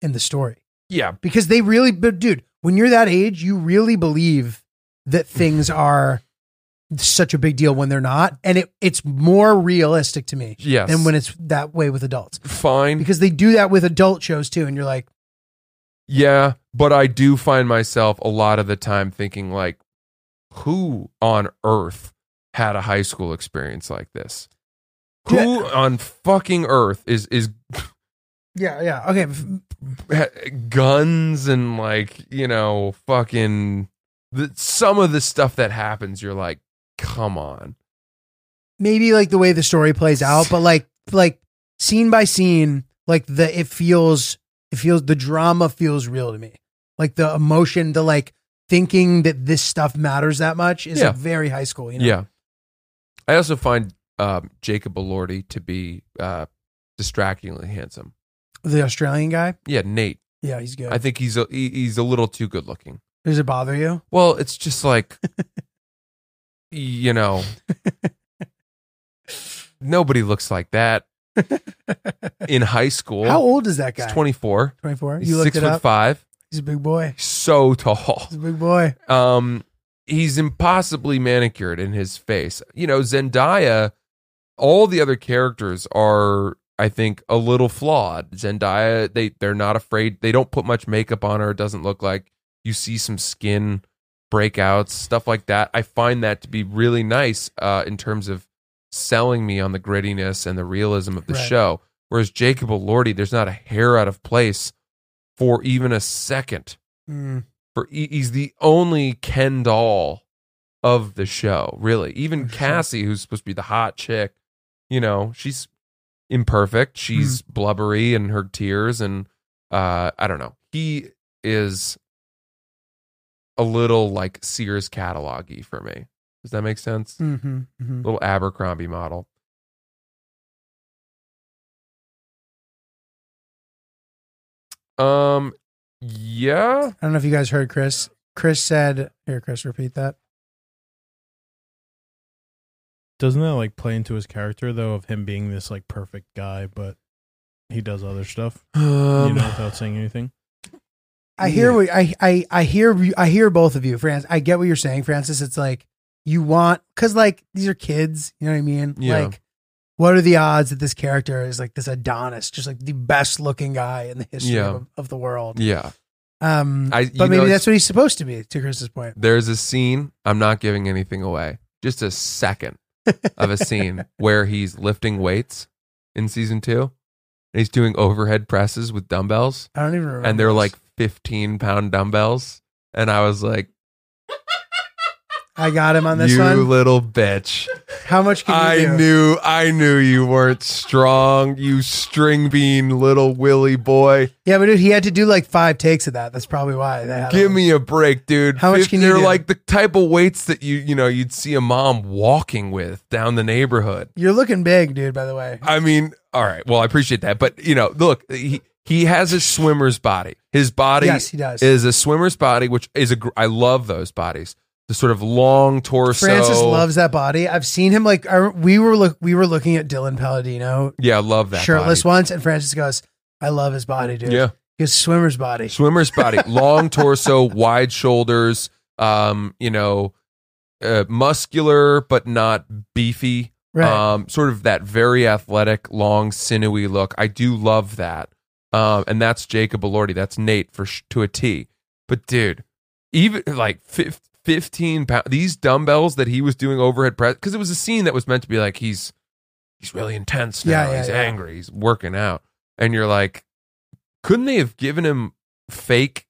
in the story Yeah. because they really but dude when you're that age you really believe that things are such a big deal when they're not and it it's more realistic to me Yes. than when it's that way with adults Fine. because they do that with adult shows too and you're like yeah. But I do find myself a lot of the time thinking, like, who on earth had a high school experience like this? Who on fucking earth is is yeah yeah okay f- ha- guns and like you know fucking the, some of the stuff that happens you're like come on maybe like the way the story plays out but like like scene by scene like the it feels it feels the drama feels real to me like the emotion the like thinking that this stuff matters that much is Yeah. like very high school you know yeah i also find um, jacob Elordi to be uh, distractingly handsome the australian guy yeah nate Yeah, he's good. i think he's a, he, he's a little too good looking Does it bother you? well it's just like you know nobody looks like that in high school How old is that guy? he's 24 24. he's you looked six it foot up. five He's a big boy. so tall. He's a big boy. Um, he's impossibly manicured in his face. You know, Zendaya, all the other characters are, I think, a little flawed. Zendaya, they they're not afraid. They don't put much makeup on her. It doesn't look like you see some skin breakouts, stuff like that. I find that to be really nice uh, in terms of selling me on the grittiness and the realism of the Right. show. Whereas Jacob Elordi, there's not a hair out of place for even a second Mm. for he- he's the only Ken doll of the show, really. Even For sure. Cassie, who's supposed to be the hot chick, you know, she's imperfect. She's blubbery and her tears and uh I don't know. He is a little like Sears catalog-y for me. Does that make sense? Mm-hmm. hmm Little Abercrombie model. Um yeah. I don't know if you guys heard Chris. Chris said, here, Chris, repeat that. Doesn't that like play into his character though of him being this like perfect guy, but he does other stuff, you know, without saying anything? I hear what I, I I hear you- I hear both of you, Francis. I get what you're saying, Francis. It's like you want because like these are kids, you know what I mean? Yeah. Like, what are the odds that this character is like this Adonis, just like the best looking guy in the history Yeah. of, of the world? Yeah. Um, I- you but know, maybe it's- that's what he's supposed to be. To Chris's point, There's a scene, I'm not giving anything away, just a second of a scene where he's lifting weights in season two. And he's doing overhead presses with dumbbells, I don't even remember. and they're this. like 15 pound dumbbells. And I was like, I got him on this you one. little bitch. How much can you I do? knew, I knew you weren't strong, you string bean little willy boy. Yeah, but dude, he had to do like five takes of that. That's probably why. They had Give him. me a break, dude. How much Fif- can you They're do? like the type of weights that you, you know, you'd see a mom walking with down the neighborhood. You're looking big, dude. By the way, I mean, all right. Well, I appreciate that, but you know, look, he he has a swimmer's body. His body Yes, he does. is a swimmer's body, which is a gr- I love those bodies. The sort of long torso. Francis loves that body. I've seen him like I, we were look we were looking at Dylan Palladino Yeah, I love that shirtless body. once, and Francis goes, "I love his body, dude. Yeah, his swimmer's body. swimmer's body, long torso, wide shoulders. Um, you know, uh, muscular but not beefy. Right. um, sort of that very athletic, long, sinewy look. I do love that, um, and that's Jacob Elordi. That's Nate for sh- to a T. But dude, even like fif- fifteen pound these dumbbells that he was doing overhead press because it was a scene that was meant to be like he's he's really intense now. Yeah, yeah, he's yeah. angry. He's working out, and you're like, couldn't they have given him fake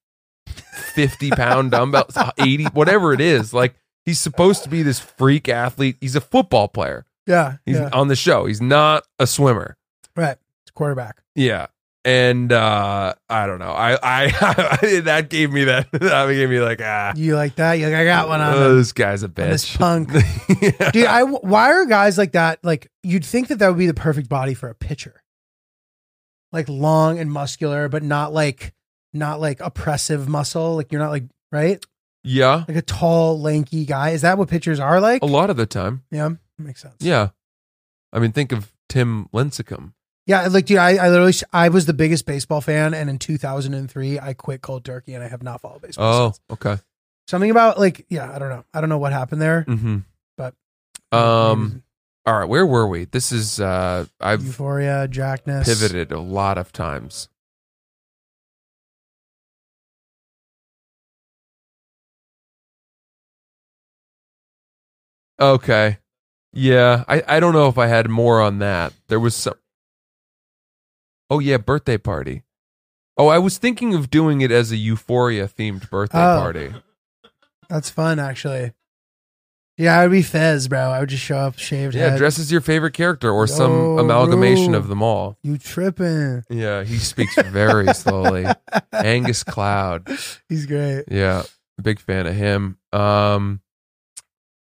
fifty pound dumbbells, eighty, whatever it is, like. He's supposed to be this freak athlete. He's a football player. yeah. He's yeah. on the show. He's not a swimmer. Right. It's quarterback. Yeah. And uh I don't know. I I, that gave me that that gave me like ah You like that? You're like, I got one on oh, him. this guy's a bitch. this punk. Yeah. Dude, I, why are guys like that? Like, you'd think that that would be the perfect body for a pitcher. Like, long and muscular, but not like, not like oppressive muscle. Like, you're not like, right? yeah. Like a tall, lanky guy. Is that what pitchers are like? A lot of the time. Yeah. Makes sense. Yeah. I mean, think of Tim Lincecum. Yeah. Like, dude, I, I literally, I was the biggest baseball fan. And in 2003, I quit cold turkey and I have not followed baseball. Oh, since. okay. Something about like, yeah, I don't know. I don't know what happened there. Mm-hmm. But- um all right, where were we? This is uh I've Euphoria, Jackness. pivoted a lot of times. Okay. Yeah, I, I don't know if I had more on that. There was some. Oh yeah, birthday party. Oh, I was thinking of doing it as a Euphoria themed birthday Oh. party. That's fun, actually. Yeah, I would be Fez, bro. I would just show up, shaved Yeah, head. dress as your favorite character or some Yo, amalgamation bro. of them all. You tripping? Yeah, he speaks very slowly. Angus Cloud. He's great. Yeah, big fan of him. Um,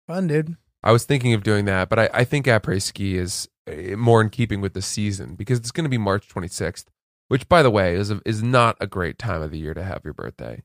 Fun, dude. I was thinking of doing that, but I, I think après ski is eh, more in keeping with the season because it's going to be March 26th, which, by the way, is a, is not a great time of the year to have your birthday.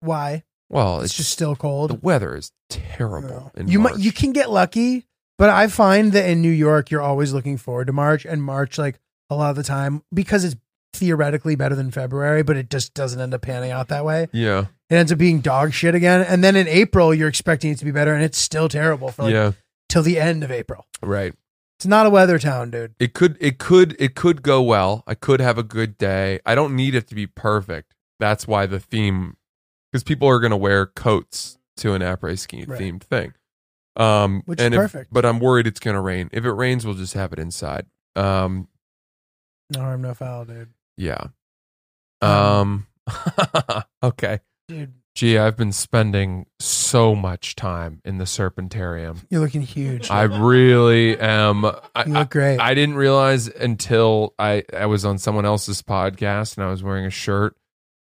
Why? Well, It's it's, just still the cold. weather is terrible. Yeah. in You might March. you can get lucky, but I find that in New York you're always looking forward to March and March like a lot of the time because it's theoretically better than February, but it just doesn't end up panning out that way. yeah, It ends up being dog shit again. And then in April you're expecting it to be better and it's still terrible for like yeah, till the end of April. right. It's not a weather town, dude. It could, it could, it could go well. I could have a good day. I don't need it to be perfect. That's why the theme, because people are going to wear coats to an après ski Right. themed thing. Um, Which is and if- perfect. but I'm worried it's going to rain. If it rains, we'll just have it inside. Um, No harm, no foul, dude. yeah. Um, okay. Dude, Gee, I've been spending so much time in the serpentarium. you're looking huge. I really am. I, you I, look great. I didn't realize until I, I was on someone else's podcast and I was wearing a shirt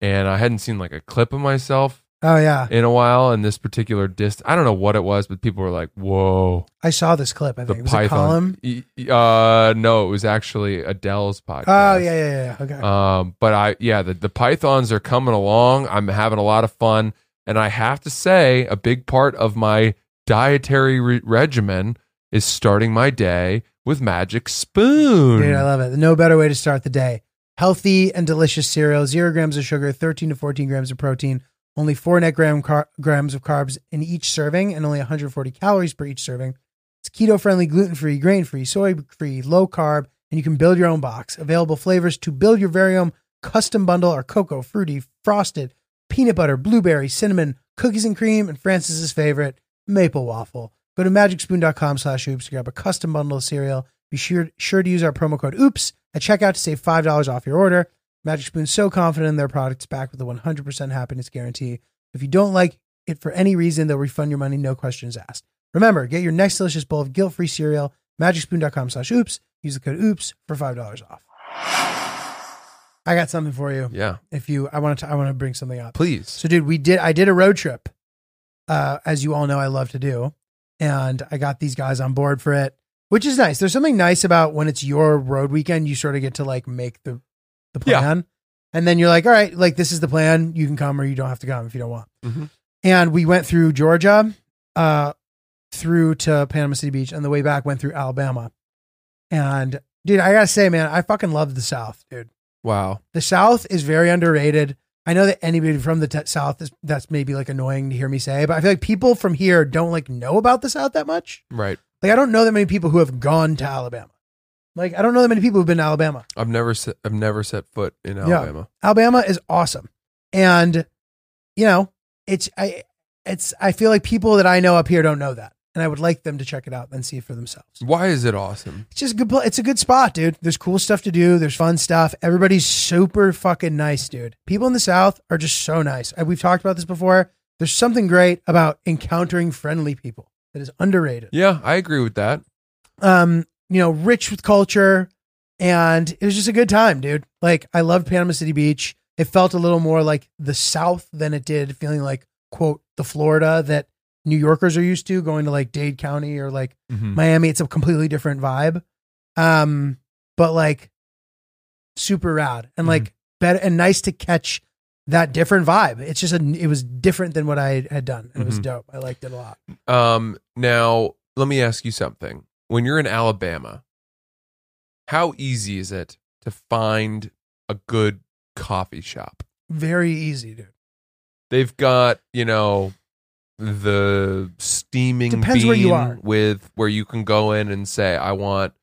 and I hadn't seen like a clip of myself oh yeah, in a while. And this particular dist, I don't know what it was, but people were like, whoa. I saw this clip. I think the it was a Python. column. E- e- Uh, no, it was actually Adele's podcast. Oh yeah, yeah, yeah. Okay. Um, but I, yeah, the, the Pythons are coming along. I'm having a lot of fun, and I have to say, a big part of my dietary re- regimen is starting my day with Magic Spoon. Dude, I love it. No better way to start the day. Healthy and delicious cereal, zero grams of sugar, 13 to 14 grams of protein, only four net gram car- grams of carbs in each serving, and only 140 calories per each serving. It's keto friendly, gluten free, grain free, soy free, low carb, and you can build your own box. Available flavors to build your very own custom bundle are cocoa, fruity, frosted, peanut butter, blueberry, cinnamon, cookies and cream, and Francis's favorite, maple waffle. Go to magicspoon.com slash oops to grab a custom bundle of cereal. Be sure, sure to use our promo code OOPS at checkout to save $5 off your order. Magic Spoon's so confident in their products back with a 100% happiness guarantee. If you don't like it for any reason, they'll refund your money, no questions asked. Remember, get your next delicious bowl of guilt-free cereal, magicspoon.com slash oops. Use the code OOPS for $5 off. I got something for you. Yeah, If you, I want to, I want to bring something up. please. So, dude, we did. I did a road trip, uh, as you all know, I love to do, and I got these guys on board for it, which is nice. There's something nice about when it's your road weekend. You sort of get to like make the the Yeah. plan, and then you're like, all right, like this is the plan. You can come or you don't have to come if you don't want. Mhm. And we went through Georgia, uh, through to Panama City Beach, and the way back went through Alabama. And dude, I gotta say, man, I fucking love the South, dude Wow. the South is very underrated. I know that anybody from the t- South is that's maybe like annoying to hear me say, but I feel like people from here don't like know about the South that much. Right. Like I don't know that many people who have gone to Alabama. Like I don't know that many people who've been to Alabama. I've never set, I've never set foot in Yeah. Alabama. Alabama is awesome, and you know it's I it's I feel like people that I know up here don't know that, and I would like them to check it out and see it for themselves. Why is it awesome? It's just a good. pla- It's a good spot, dude. There's cool stuff to do. There's fun stuff. Everybody's super fucking nice, dude. People in the South are just so nice. And We've talked about this before. There's something great about encountering friendly people that is underrated. Yeah, I agree with that. Um, you know, rich with culture, and it was just a good time, dude. Like I loved Panama City Beach. It felt a little more like the South than it did feeling like quote the Florida that New Yorkers are used to going to like Dade County or like Mm. Miami, it's a completely different vibe. Um, but like super rad Mm-hmm. and like better and nice to catch that different vibe. It's just a, it was different than what I had done. It was Mhm. dope. I liked it a lot. Um, now let me ask you something. When you're in Alabama, how easy is it to find a good coffee shop? Very easy, dude. They've got you know the steaming Depends bean where you are. with where you can go in and say, I want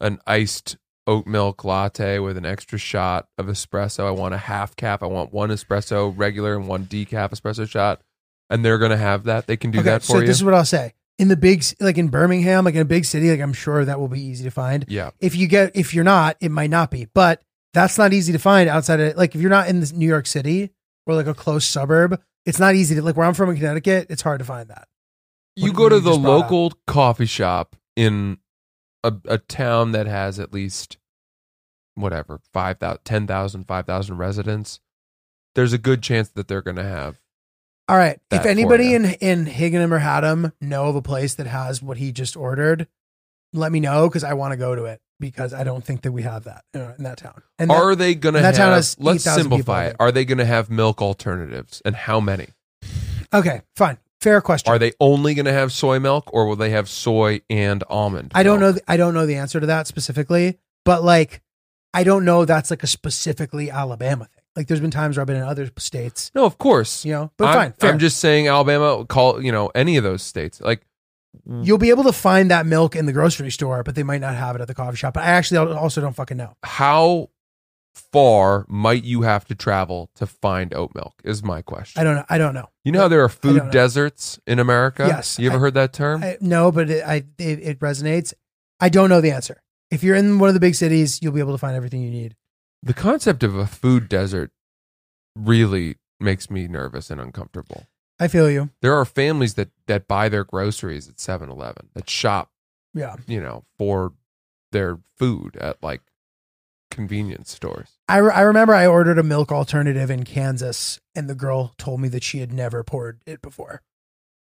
an iced oat milk latte with an extra shot of espresso. I want a half cap. I want one espresso regular and one decaf espresso shot. And they're gonna have that. They can do that for so you. this is what I'll say. In the big, c- like in Birmingham, like in a big city, like I'm sure that will be easy to find. yeah. If you get, if you're not, it might not be, but that's not easy to find outside of like if you're not in this New York City or like a close suburb, it's not easy to like where I'm from in Connecticut. It's hard to find that. you What- go what to you the just brought up. local coffee shop in a, a town that has at least whatever 5,000 10,000 5,000 residents there's a good chance that they're going to have All right. that If for anybody you. in in Higginham or Haddam know of a place that has what he just ordered, let me know because I want to go to it because I don't think that we have that uh, in that town. And that- are they going to that have town has let's 8,000 people, I simplify it think. are they going to have milk alternatives and how many okay, fine, fair question. are they only going to have soy milk or will they have soy and almond I don't know. milk? The, I don't know the answer to that specifically, but like, I don't know that's like a specifically Alabama thing. Like, there's been times where I've been in other states, no of course you know. But I'm, fine, fair. I'm just saying Alabama call you know any of those states like Mm. you'll be able to find that milk in the grocery store, but they might not have it at the coffee shop. But I actually al- also don't fucking know. how far might you have to travel to find oat milk is my question I don't know. I don't know. you know how there are don't food know. deserts in america Yes, you ever I- heard that term I, no, but it, I it, it resonates. I don't know the answer. If you're in one of the big cities, you'll be able to find everything you need. the concept of a food desert really makes me nervous and uncomfortable I feel you. there are families that that buy their groceries at 7-eleven that shop Yeah. you know for their food at like convenience stores I, re- I remember I ordered a milk alternative in Kansas, and the girl told me that she had never poured it before.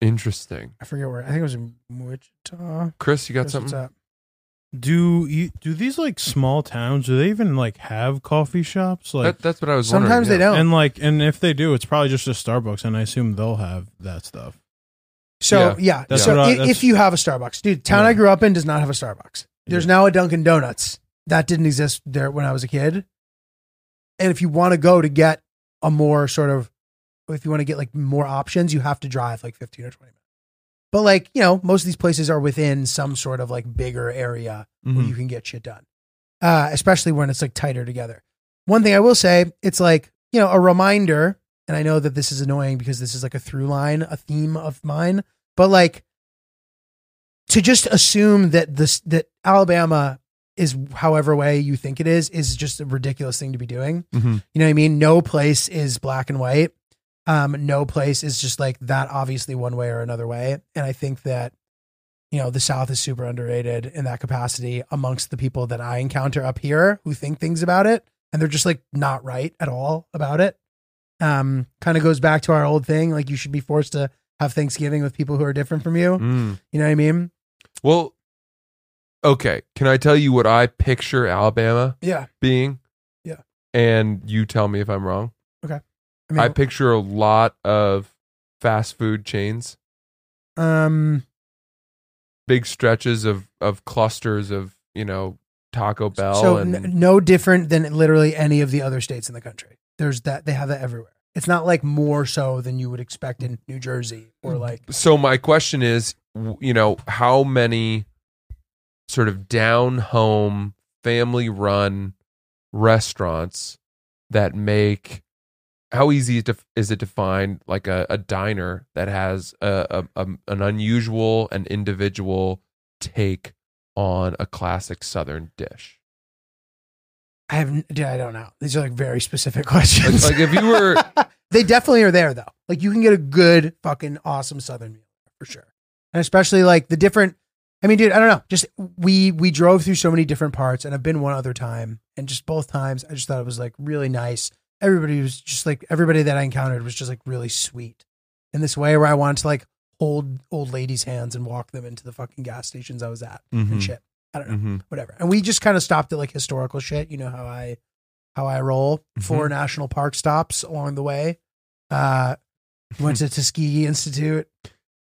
interesting I forget where. I think it was in Wichita. chris you got That's what's something up. Do you do these like small towns? Do they even like have coffee shops? Like that, that's what i was wondering, Sometimes they yeah. don't. and like and if they do, it's probably just a Starbucks, and I assume they'll have that stuff. so yeah, That's so what I- i- that's- if you have a Starbucks, dude, town I Yeah. grew up in does not have a Starbucks. There's Yeah. now a Dunkin' Donuts that didn't exist there when I was a kid. And if you want to go to get a more sort of, if you want to get like more options, you have to drive like 15 or 20 minutes. But like you know, most of these places are within some sort of like bigger area where Mhm. Mm-hmm. you can get shit done, uh, especially when it's like tighter together. One thing I will say, it's like, you know, a reminder, and I know that this is annoying because this is like a through line, a theme of mine, but like to just assume that this, that Alabama is however way you think it is, is just a ridiculous thing to be doing. Mhm. You know what I mean? No place is black and white. Um, no place is just like that, obviously, one way or another way. And I think that, you know, the South is super underrated in that capacity amongst the people that I encounter up here who think things about it and they're just like not right at all about it. Um, kind of goes back to our old thing. Like, you should be forced to have Thanksgiving with people who are different from you. Mm. You know what I mean? Well, okay. Can I tell you what I picture Alabama Yeah. being? Yeah. And you tell me if I'm wrong. I mean, I picture a lot of fast food chains, um, big stretches of, of clusters of, you know, Taco Bell so Oh, and n- no different than literally any of the other states in the country. There's that, they have that everywhere. It's not like more so than you would expect in New Jersey Hmm. or like so my question is w- you know how many sort of down home family run restaurants that make how easy is, to, is it to find like a, a diner that has a, a, a- an unusual and individual take on a classic southern dish I have n- dude, I don't know. These are like very specific like, questions. like if you were they definitely are there though. Like you can get a good fucking awesome southern meal for sure. And especially like the different I mean, dude, I don't know. Just we we drove through so many different parts and I've been one other time and just both times I just thought it was like really nice. Everybody was just like everybody that I encountered was just like really sweet. In this way where I wanted to like hold old ladies' hands and walk them into the fucking gas stations I was at Mhm. and shit. I don't know Mhm. whatever. And we just kind of stopped at like historical shit. You know how I how I roll. 4 national park stops along the way. Uh, went to Tuskegee Institute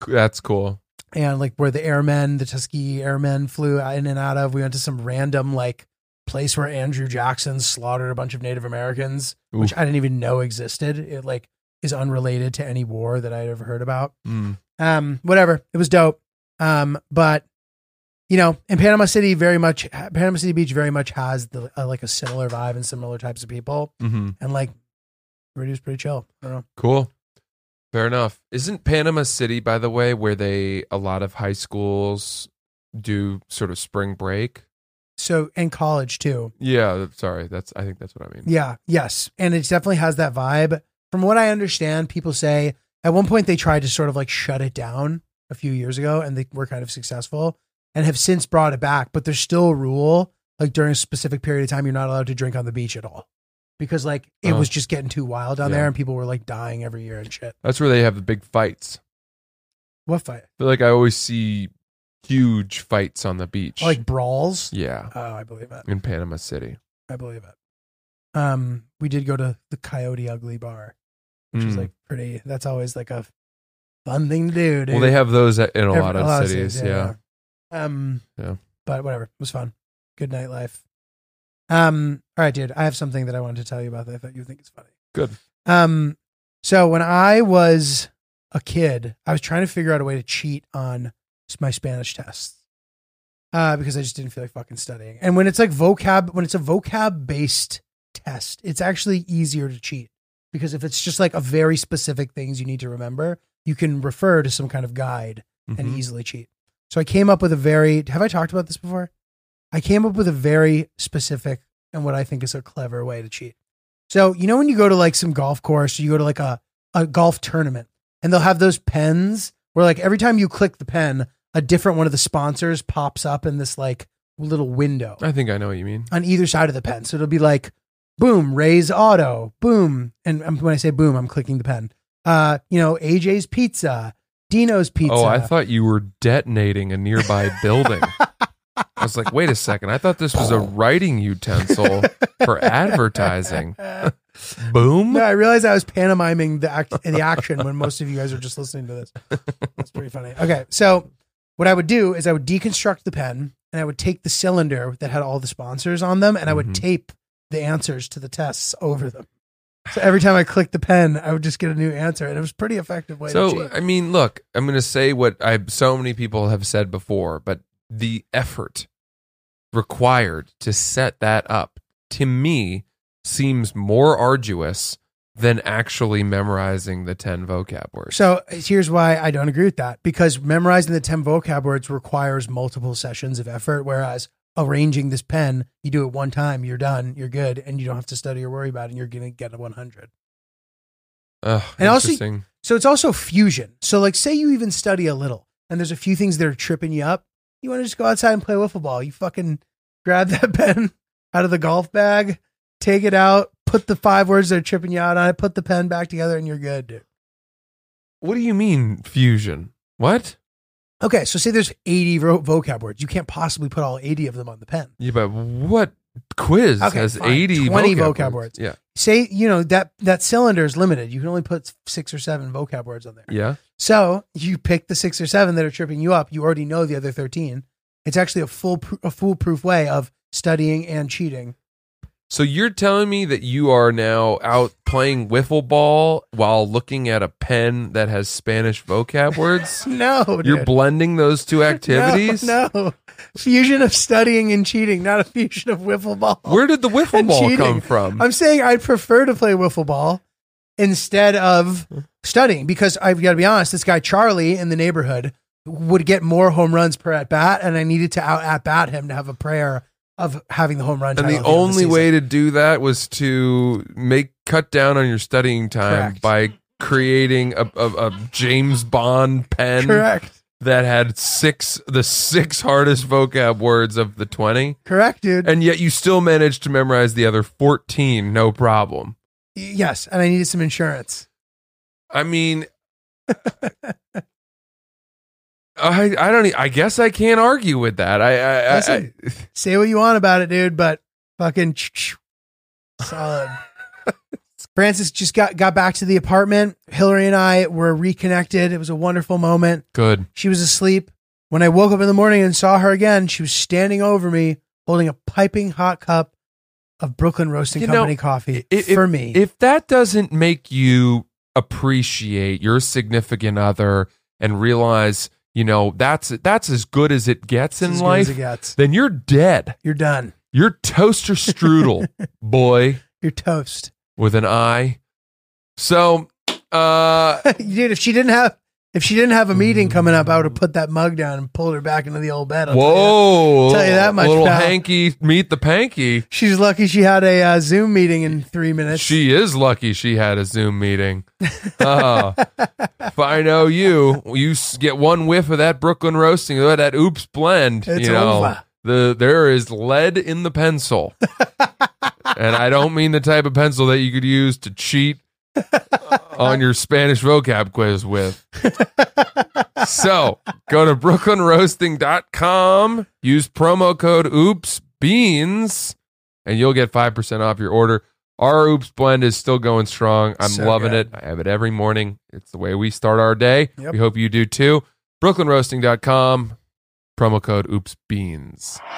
that's cool and like where the airmen, the Tuskegee airmen flew in and out of. We went to some random like place where Andrew Jackson slaughtered a bunch of Native Americans, which Ooh. I didn't even know existed. It like is unrelated to any war that I'd ever heard about Mm. um, whatever. It was dope. Um, but you know, in Panama City, very much Panama City Beach very much has the uh, like a similar vibe and similar types of people, Mhm. and like everybody was pretty chill. I don't know. Cool. Fair enough. Isn't Panama City, by the way, where they a lot of high schools do sort of spring break? So and college too. Yeah, th- sorry. That's I think that's what I mean. Yeah. Yes, and it definitely has that vibe. From what I understand, people say at one point they tried to sort of like shut it down a few years ago, and they were kind of successful, and have since brought it back. But there's still a rule like during a specific period of time, you're not allowed to drink on the beach at all. because like it Oh. was just getting too wild down Yeah. there and people were like dying every year and shit. That's where they have the big fights. What fight? I feel like I always see huge fights on the beach. Like brawls? yeah, Oh, I believe it. in Panama City. I believe it. Um, we did go to the Coyote Ugly Bar, which is Mm. like pretty. That's always like a fun thing to do. Dude. well, they have those at- in a Every- lot of cities. yeah. yeah. Um. Yeah. But whatever, it was fun. Good night life. Um. All right, dude. I have something that I wanted to tell you about that I thought you would think is funny. Good. Um, so when I was a kid, I was trying to figure out a way to cheat on my Spanish tests uh, because I just didn't feel like fucking studying. And when it's like vocab, when it's a vocab based test, it's actually easier to cheat because if it's just like a very specific things you need to remember, you can refer to some kind of guide and Mhm. easily cheat. So I came up with a very, have I talked about this before? I came up with a very specific and what I think is a clever way to cheat. So, you know, when you go to like some golf course, you go to like a, a golf tournament and they'll have those pens where like every time you click the pen, a different one of the sponsors pops up in this like little window I think I know what you mean. on either side of the pen. So it'll be like, boom, Ray's Auto, boom. And um, when I say boom, I'm clicking the pen. Uh, you know, AJ's Pizza, Dino's Pizza. Oh, I thought you were detonating a nearby building. I was like, wait a second. I thought this was a writing utensil for advertising. Boom. No, I realized I was pantomiming the act the action when most of you guys are just listening to this. That's pretty funny. Okay, so what I would do is I would deconstruct the pen and I would take the cylinder that had all the sponsors on them and I would Mhm. tape the answers to the tests over them. So every time I clicked the pen, I would just get a new answer, and it was a pretty effective way. So to cheat. I mean, look, I'm going to say what I so many people have said before, but the effort required to set that up to me seems more arduous than actually memorizing the 10 vocab words. So here's why I don't agree with that because memorizing the 10 vocab words requires multiple sessions of effort, whereas arranging this pen, you do it one time, you're done, you're good, and you don't have to study or worry about it, and you're going to get a 100. Ugh, and also- interesting. So it's also fusion. So, like, say you even study a little and there's a few things that are tripping you up. You want to just go outside and play wiffle ball. You fucking grab that pen out of the golf bag, take it out, put the five words that are tripping you out on it, put the pen back together, and you're good, dude. what do you mean fusion? What? Okay, so say there's 80 vo- vocab words. You can't possibly put all 80 of them on the pen. Yeah, but what quiz Okay, has fine. 80 20 vocab, vocab words. words? Yeah. Say, you know, that that cylinder is limited. You can only put six or seven vocab words on there. Yeah. So, you pick the six or seven that are tripping you up. You already know the other 13. It's actually a full a foolproof way of studying and cheating. So you're telling me that you are now out playing wiffle ball while looking at a pen that has Spanish vocab words? No, Oh, dude. You're blending those two activities? No, no. fusion of studying and cheating, not a fusion of wiffle ball. Where did the wiffle and ball cheating. come from? I'm saying I'd prefer to play wiffle ball instead of studying because I've got to be honest. This guy Charlie in the neighborhood would get more home runs per at bat, and I needed to out at bat him to have a prayer of having the home run. and title the at end of only season. way to do that was to make cut down on your studying time Correct. by creating a, a, a James Bond pen correct, that had six the six hardest vocab words of the 20 correct, dude. and yet you still managed to memorize the other 14 no problem yes, and I needed some insurance. i mean i i don't e- i guess i can't argue with that i i, I, Listen. Say what you want about it, dude, but fucking solid. Francis just got, got back to the apartment. Hillary and I were reconnected. It was a wonderful moment. good She was asleep. When I woke up in the morning and saw her again, she was standing over me holding a piping hot cup of Brooklyn Roasting You know, Company coffee for me. if that doesn't make you appreciate your significant other and realize you know that's that's as good as it gets It's in as good life as it gets. then you're dead You're done. you're toaster strudel boy You're toast. with an I. So, uh, Dude, if she didn't have if she didn't have a meeting coming up, I would have put that mug down and pulled her back into the old bed. I'll tell you that. whoa, Tell you that much, little pal. hanky meet the panky. She's lucky she had a uh, Zoom meeting in three minutes. She is lucky she had a Zoom meeting. Uh, if I know you, you s- get one whiff of that Brooklyn roasting, uh, that oops blend. It's you know, over. the there is lead in the pencil, and I don't mean the type of pencil that you could use to cheat on your Spanish vocab quiz with. so go to brooklynroasting.com, use promo code oopsbeans, and you'll get 5% off your order. Our oops blend is still going strong. I'm So loving good. it. I have it every morning. It's the way we start our day. Yep. We hope you do too. brooklynroasting.com, promo code oopsbeans.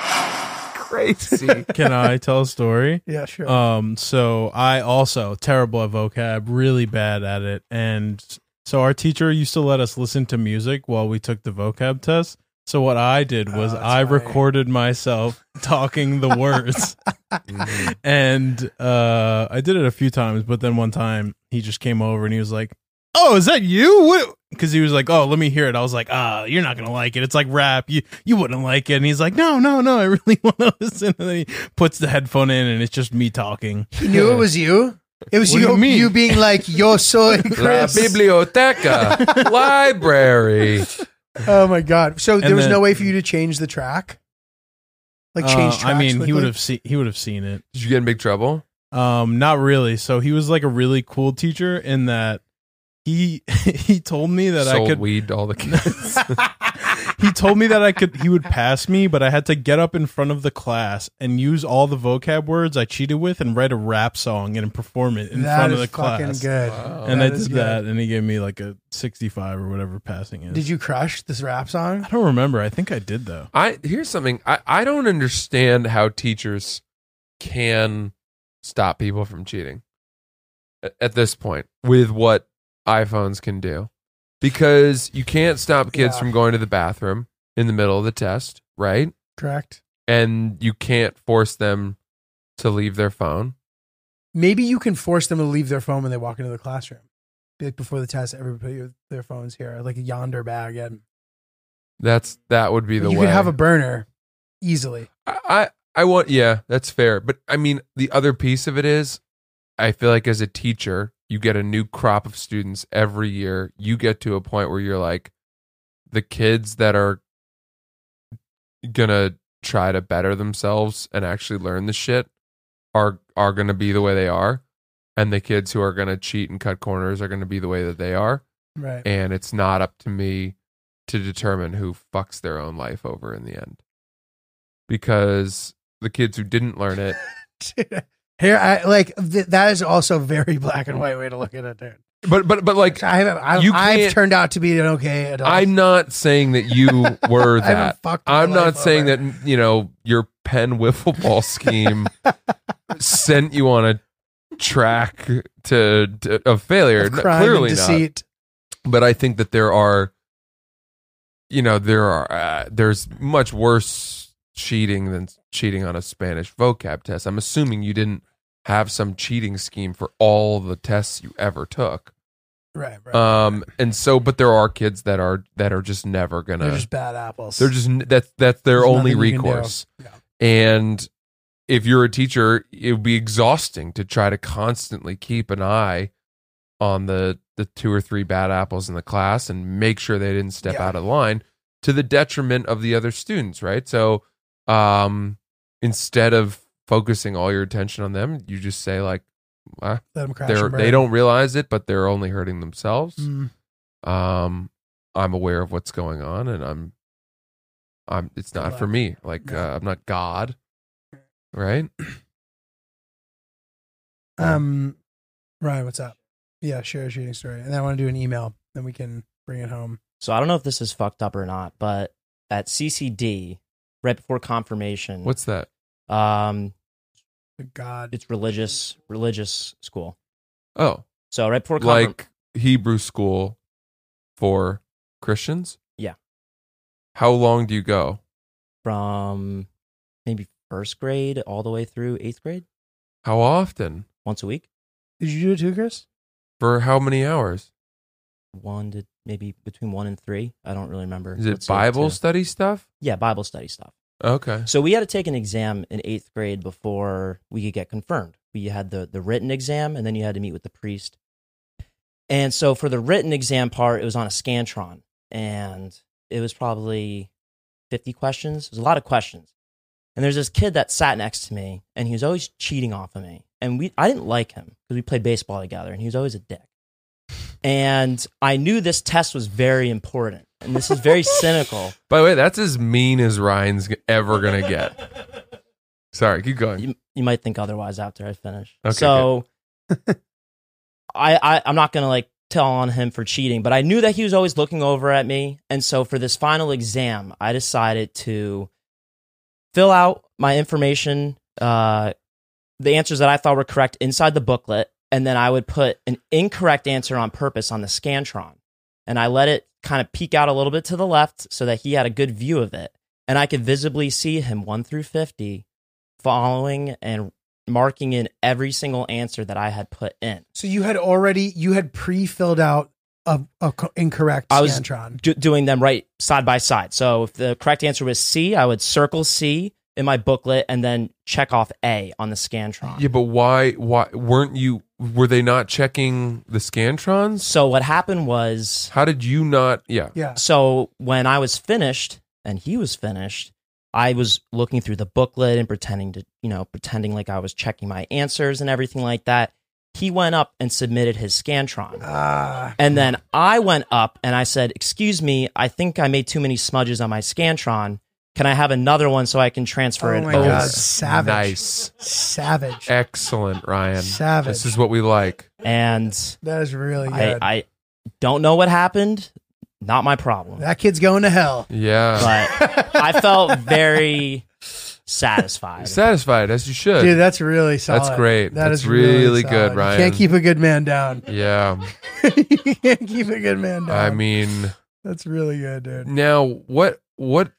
Crazy. Can I tell a story? yeah, sure. Um, so I also terrible at vocab, really bad at it, and so our teacher used to let us listen to music while we took the vocab test. So what I did was Oh, that's I funny. recorded myself talking the words, and uh, I did it a few times. But then one time he just came over and he was like, "Oh, is that you?" Because he was like, "Oh, let me hear it." I was like, "Ah, you're not gonna like it. It's like rap. You you wouldn't like it." And he's like, "No, no, no. I really want to listen." And then he puts the headphone in, and it's just me talking. he knew it was you. It was What do you, you mean? you being like, yo soy La Chris. biblioteca, library. Oh my god! So there was then- no way for you to change the track, like change. Uh, Tracks I mean, he quickly? would have seen. He would have seen it. Did you get in big trouble? Um, not really. So he was like a really cool teacher in that he he told me that Sold I could. weed to all the kids. he told me that I could. He would pass me, but I had to get up in front of the class and use all the vocab words I cheated with and write a rap song and perform it in That front of is the fucking class. Uh, good. Wow. And Oh, That I is did good. that, and he gave me like a sixty-five or whatever passing is. Did you crush this rap song? I don't remember. I think I did though. I here's something I, I don't understand how teachers can stop people from cheating at, at this point with what iPhones can do because you can't stop kids Yeah. from going to the bathroom in the middle of the test, right? Correct. And you can't force them to leave their phone. Maybe you can force them to leave their phone when they walk into the classroom. Be Like before the test, everybody put their phones here, like a yonder bag, and That's that would be the you way. could have a burner easily. I, I I want yeah, that's fair. But I mean, the other piece of it is I feel like as a teacher, you get a new crop of students every year. You get to a point where you're like the kids that are going to try to better themselves and actually learn the shit are are going to be the way they are and the kids who are going to cheat and cut corners are going to be the way that they are Right. and it's not up to me to determine who fucks their own life over in the end because the kids who didn't learn it Here, I like th- that is also a very black and white way to look at it, dude. but but but like I haven't. I, You I've can't- turned out to be an okay adult. i'm not saying that you were I haven't that fucked my i'm life not saying over. that you know your pen wiffle ball scheme sent you on a track to, to of failure. Of No, crime Clearly and not. deceit. But I think that there are, you know, there are uh, there's much worse cheating than cheating on a Spanish vocab test. I'm assuming you didn't have some cheating scheme for all the tests you ever took. Right, right. Um, and so, but there are kids that are that are just never gonna. They're just bad apples. They're just that's that's their There's only nothing you can do. recourse. Yeah. And if you're a teacher, it would be exhausting to try to constantly keep an eye on the the two or three bad apples in the class and make sure they didn't step Yeah. out of line to the detriment of the other students, right? So um instead of focusing all your attention on them, you just say like ah, Let 'em crash they're and they burn. don't realize it, but they're only hurting themselves Mm. um i'm aware of what's going on and i'm i'm it's not for me like No. uh, i'm not god right Um, Ryan, what's up? Yeah, share a shooting story, and then I want to do an email, then we can bring it home. So I don't know if this is fucked up or not, but at CCD, right before confirmation, what's that um, God, it's religious religious school. oh So right before confirm- like hebrew school for christians Yeah. how long do you go from maybe first grade all the way through eighth grade, how often once a week, did you do it too, Chris? for how many hours one to maybe between one and three. I don't really remember. is Let's it say bible two. study stuff Yeah, Bible study stuff. okay So we had to take an exam in eighth grade before we could get confirmed. We had the the written exam, and then you had to meet with the priest. And so for the written exam part, it was on a scantron, and it was probably fifty questions. It was a lot of questions. And there's this kid that sat next to me, and he was always cheating off of me. And we I didn't like him because we played baseball together, and he was always a dick. And I knew this test was very important, and this is very cynical. by the way that's as mean as ryan's ever gonna get sorry keep going you, you might think otherwise after I finish. Okay, so I, I I'm not gonna like tell on him for cheating, but I knew that he was always looking over at me. And so for this final exam, I decided to fill out my information, uh, the answers that I thought were correct inside the booklet, and then I would put an incorrect answer on purpose on the Scantron. And I let it kind of peek out a little bit to the left so that he had a good view of it. And I could visibly see him one through 50 following and marking in every single answer that I had put in. So you had already you had pre-filled out a, a co- incorrect I was- Scantron. do- doing them right side by side. So if the correct answer was C, I would circle C in my booklet and then check off A on the Scantron. Yeah, but why? Why weren't you? Were they not checking the scantrons? So what happened was, How did you not? Yeah, Yeah, so when I was finished and he was finished, I was looking through the booklet and pretending to, you know, pretending like I was checking my answers and everything like that. He went up and submitted his Scantron. Ah, And then I went up and I said, Excuse me, I think I made too many smudges on my Scantron. Can I have another one so I can transfer Oh it my over? God, savage. nice, savage. excellent, Ryan. Savage. This is what we like. And That is really I, good. I don't know what happened. Not my problem. that kid's going to hell. Yeah, But I felt very satisfied. satisfied as you should. Dude, that's really solid. great. That That's is really, really good, solid. Ryan. You can't keep a good man down. yeah, you can't keep a good man down. I mean, that's really good, dude. now what? What?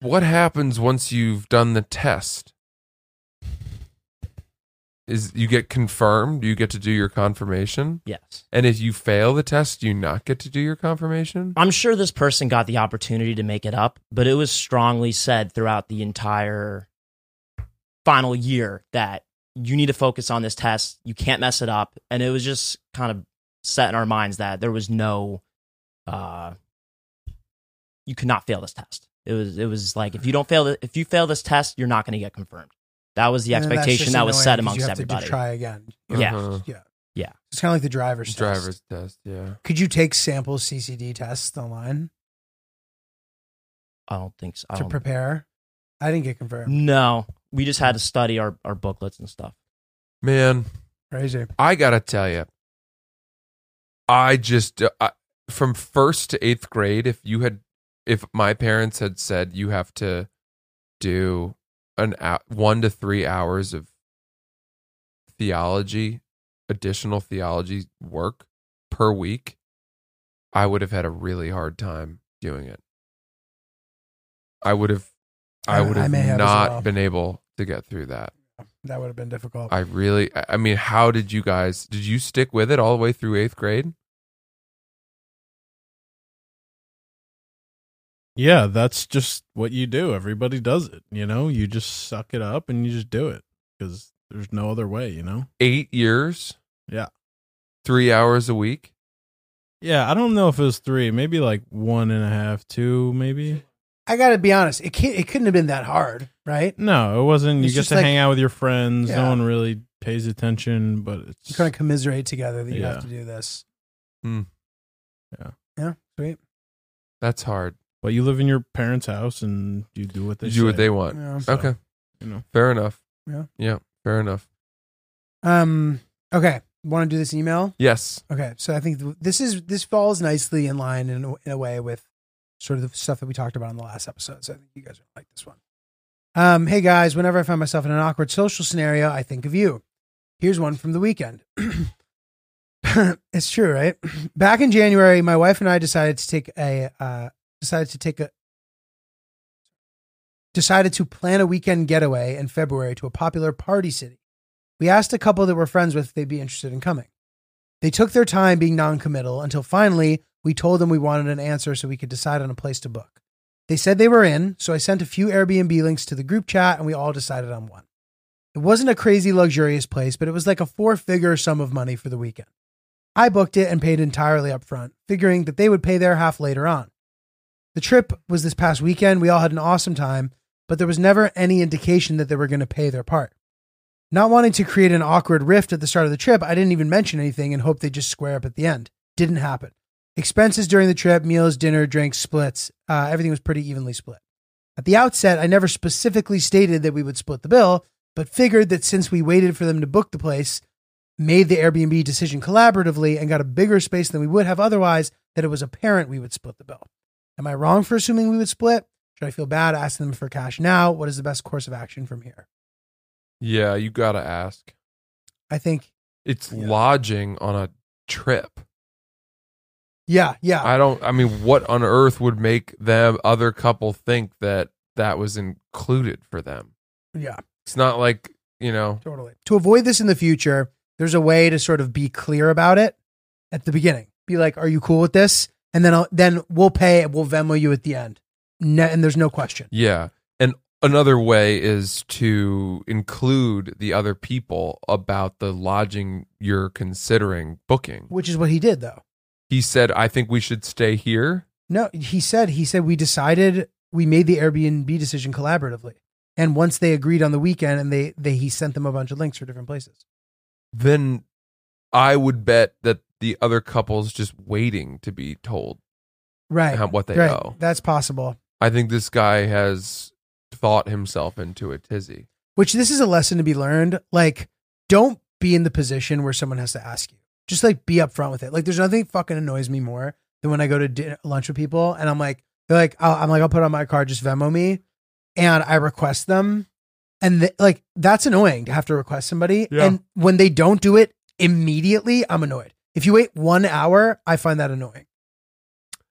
What happens once you've done the test? Is you get confirmed? You get to do your confirmation, yes. and if you fail the test, do you not get to do your confirmation. I'm sure this person got the opportunity to make it up, but it was strongly said throughout the entire final year that you need to focus on this test. You can't mess it up. And it was just kind of set in our minds that there was no, uh, you could not fail this test. It was, it was like, if you don't fail, the, if you fail this test, you're not going to get confirmed. That was the And that's expectation just that was annoying set because amongst you have to do everybody. try again. Yeah. Uh-huh. Yeah. Yeah. It's kind of like the driver's test. driver's test. Yeah. Could you take sample CCD tests online I don't think so. I to don't- prepare? I didn't get confirmed. no, we just had to study our, our booklets and stuff. Man, Crazy. I gotta tell you, I just uh, I, from first to eighth grade. If you had, if my parents had said you have to do an hou- one to three hours of theology, additional theology work per week, I would have had a really hard time doing it. I would have, I I- would Uh, I have may have as not well. been able to get through that. That would have been difficult. I really, I I mean, how did you guys? Did you stick with it all the way through eighth grade? Yeah, that's just what you do. Everybody does it. You know, you just suck it up and you just do it because there's no other way. You know. Eight years. Yeah. Three hours a week. Yeah, I don't know if it was three, maybe like one and a half, two, maybe. I got to be honest. It can't, it couldn't have been that hard, right? No, it wasn't. It's you get just to like- hang out with your friends. Yeah. No one really pays attention, but it's You kind of commiserate together that you Yeah. have to do this. Hmm. Yeah. Yeah. Sweet. That's hard. but you live in your parents' house and you do what they you do what say, they want. Yeah. So, okay. You know. Fair enough. Yeah. Yeah. Fair enough. Um. Okay. Want to do this email? Yes. Okay. So I think th- this is this falls nicely in line in a, in a way with sort of the stuff that we talked about in the last episode. So I think you guys will like this one. Um. Hey guys, whenever I find myself in an awkward social scenario, I think of you. Here's one from the weekend. it's true, right? Back in January, my wife and I decided to take a uh, decided to take a decided to plan a weekend getaway in February to a popular party city. We asked a couple that we're friends with if they'd be interested in coming. They took their time being noncommittal until finally we told them we wanted an answer so we could decide on a place to book. They said they were in, so I sent a few Airbnb links to the group chat and we all decided on one. It wasn't a crazy luxurious place, but it was like a four figure sum of money for the weekend. I booked it and paid entirely up front, figuring that they would pay their half later on. The trip was this past weekend. We all had an awesome time, but there was never any indication that they were going to pay their part. Not wanting to create an awkward rift at the start of the trip, I didn't even mention anything and hoped they just square up at the end. Didn't happen. Expenses during the trip, meals, dinner, drinks, splits, uh, everything was pretty evenly split. At the outset, I never specifically stated that we would split the bill, but figured that since we waited for them to book the place, made the Airbnb decision collaboratively, and got a bigger space than we would have otherwise, that it was apparent we would split the bill. Am I wrong for assuming we would split? Should I feel bad asking them for cash now? What is the best course of action from here? Yeah. You got to ask. I think, It's Yeah. lodging on a trip. yeah, Ah. yeah. I don't, I mean, what on earth would make them, other couple, think that that was included for them? Yeah, It's not like, you know, totally. To avoid this in the future, there's a way to sort of be clear about it at the beginning. Be like, "Are you cool with this?" And then I'll, then we'll pay. and We'll Venmo you at the end, no, and there's no question. Yeah. And another way is to include the other people about the lodging you're considering booking. Which is what he did, though. He said, I think we should stay here. No, he said he said we decided we made the Airbnb decision collaboratively, and once they agreed on the weekend, and they they he sent them a bunch of links for different places. Then I would bet that the other couple's just waiting to be told Right, how, what they right. know. That's possible. I think this guy has thought himself into a tizzy. which this is a lesson to be learned. Like, don't be in the position where someone has to ask you. Just like be upfront with it. Like, there's nothing fucking annoys me more than when I go to dinner, lunch with people and I'm like, they're like, I'll, I'm like, I'll put on my card, just Venmo me, and I request them, and th- like that's annoying to have to request somebody. Yeah. And when they don't do it immediately, I'm annoyed. If you wait one hour, I find that annoying. Do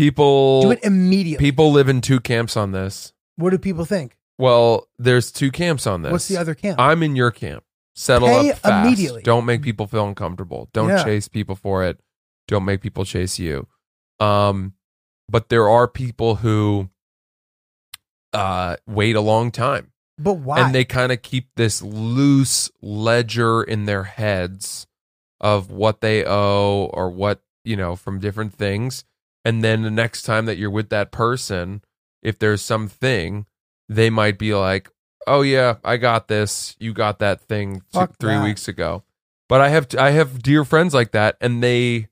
People it immediately. people live in two camps on this. what do people think? Well, there's two camps on this. What's the other camp? I'm in your camp. Settle Pay up fast. immediately. Don't make people feel uncomfortable. Don't Yeah. chase people for it. Don't make people chase you. Um, but there are people who uh, wait a long time, but why? and they kind of keep this loose ledger in their heads of what they owe or what you know from different things. And then the next time that you're with that person, if there's something, they might be like, "Oh yeah, I got this. You got that thing two- Fuck three that. weeks ago." But I have I have dear friends like that, and they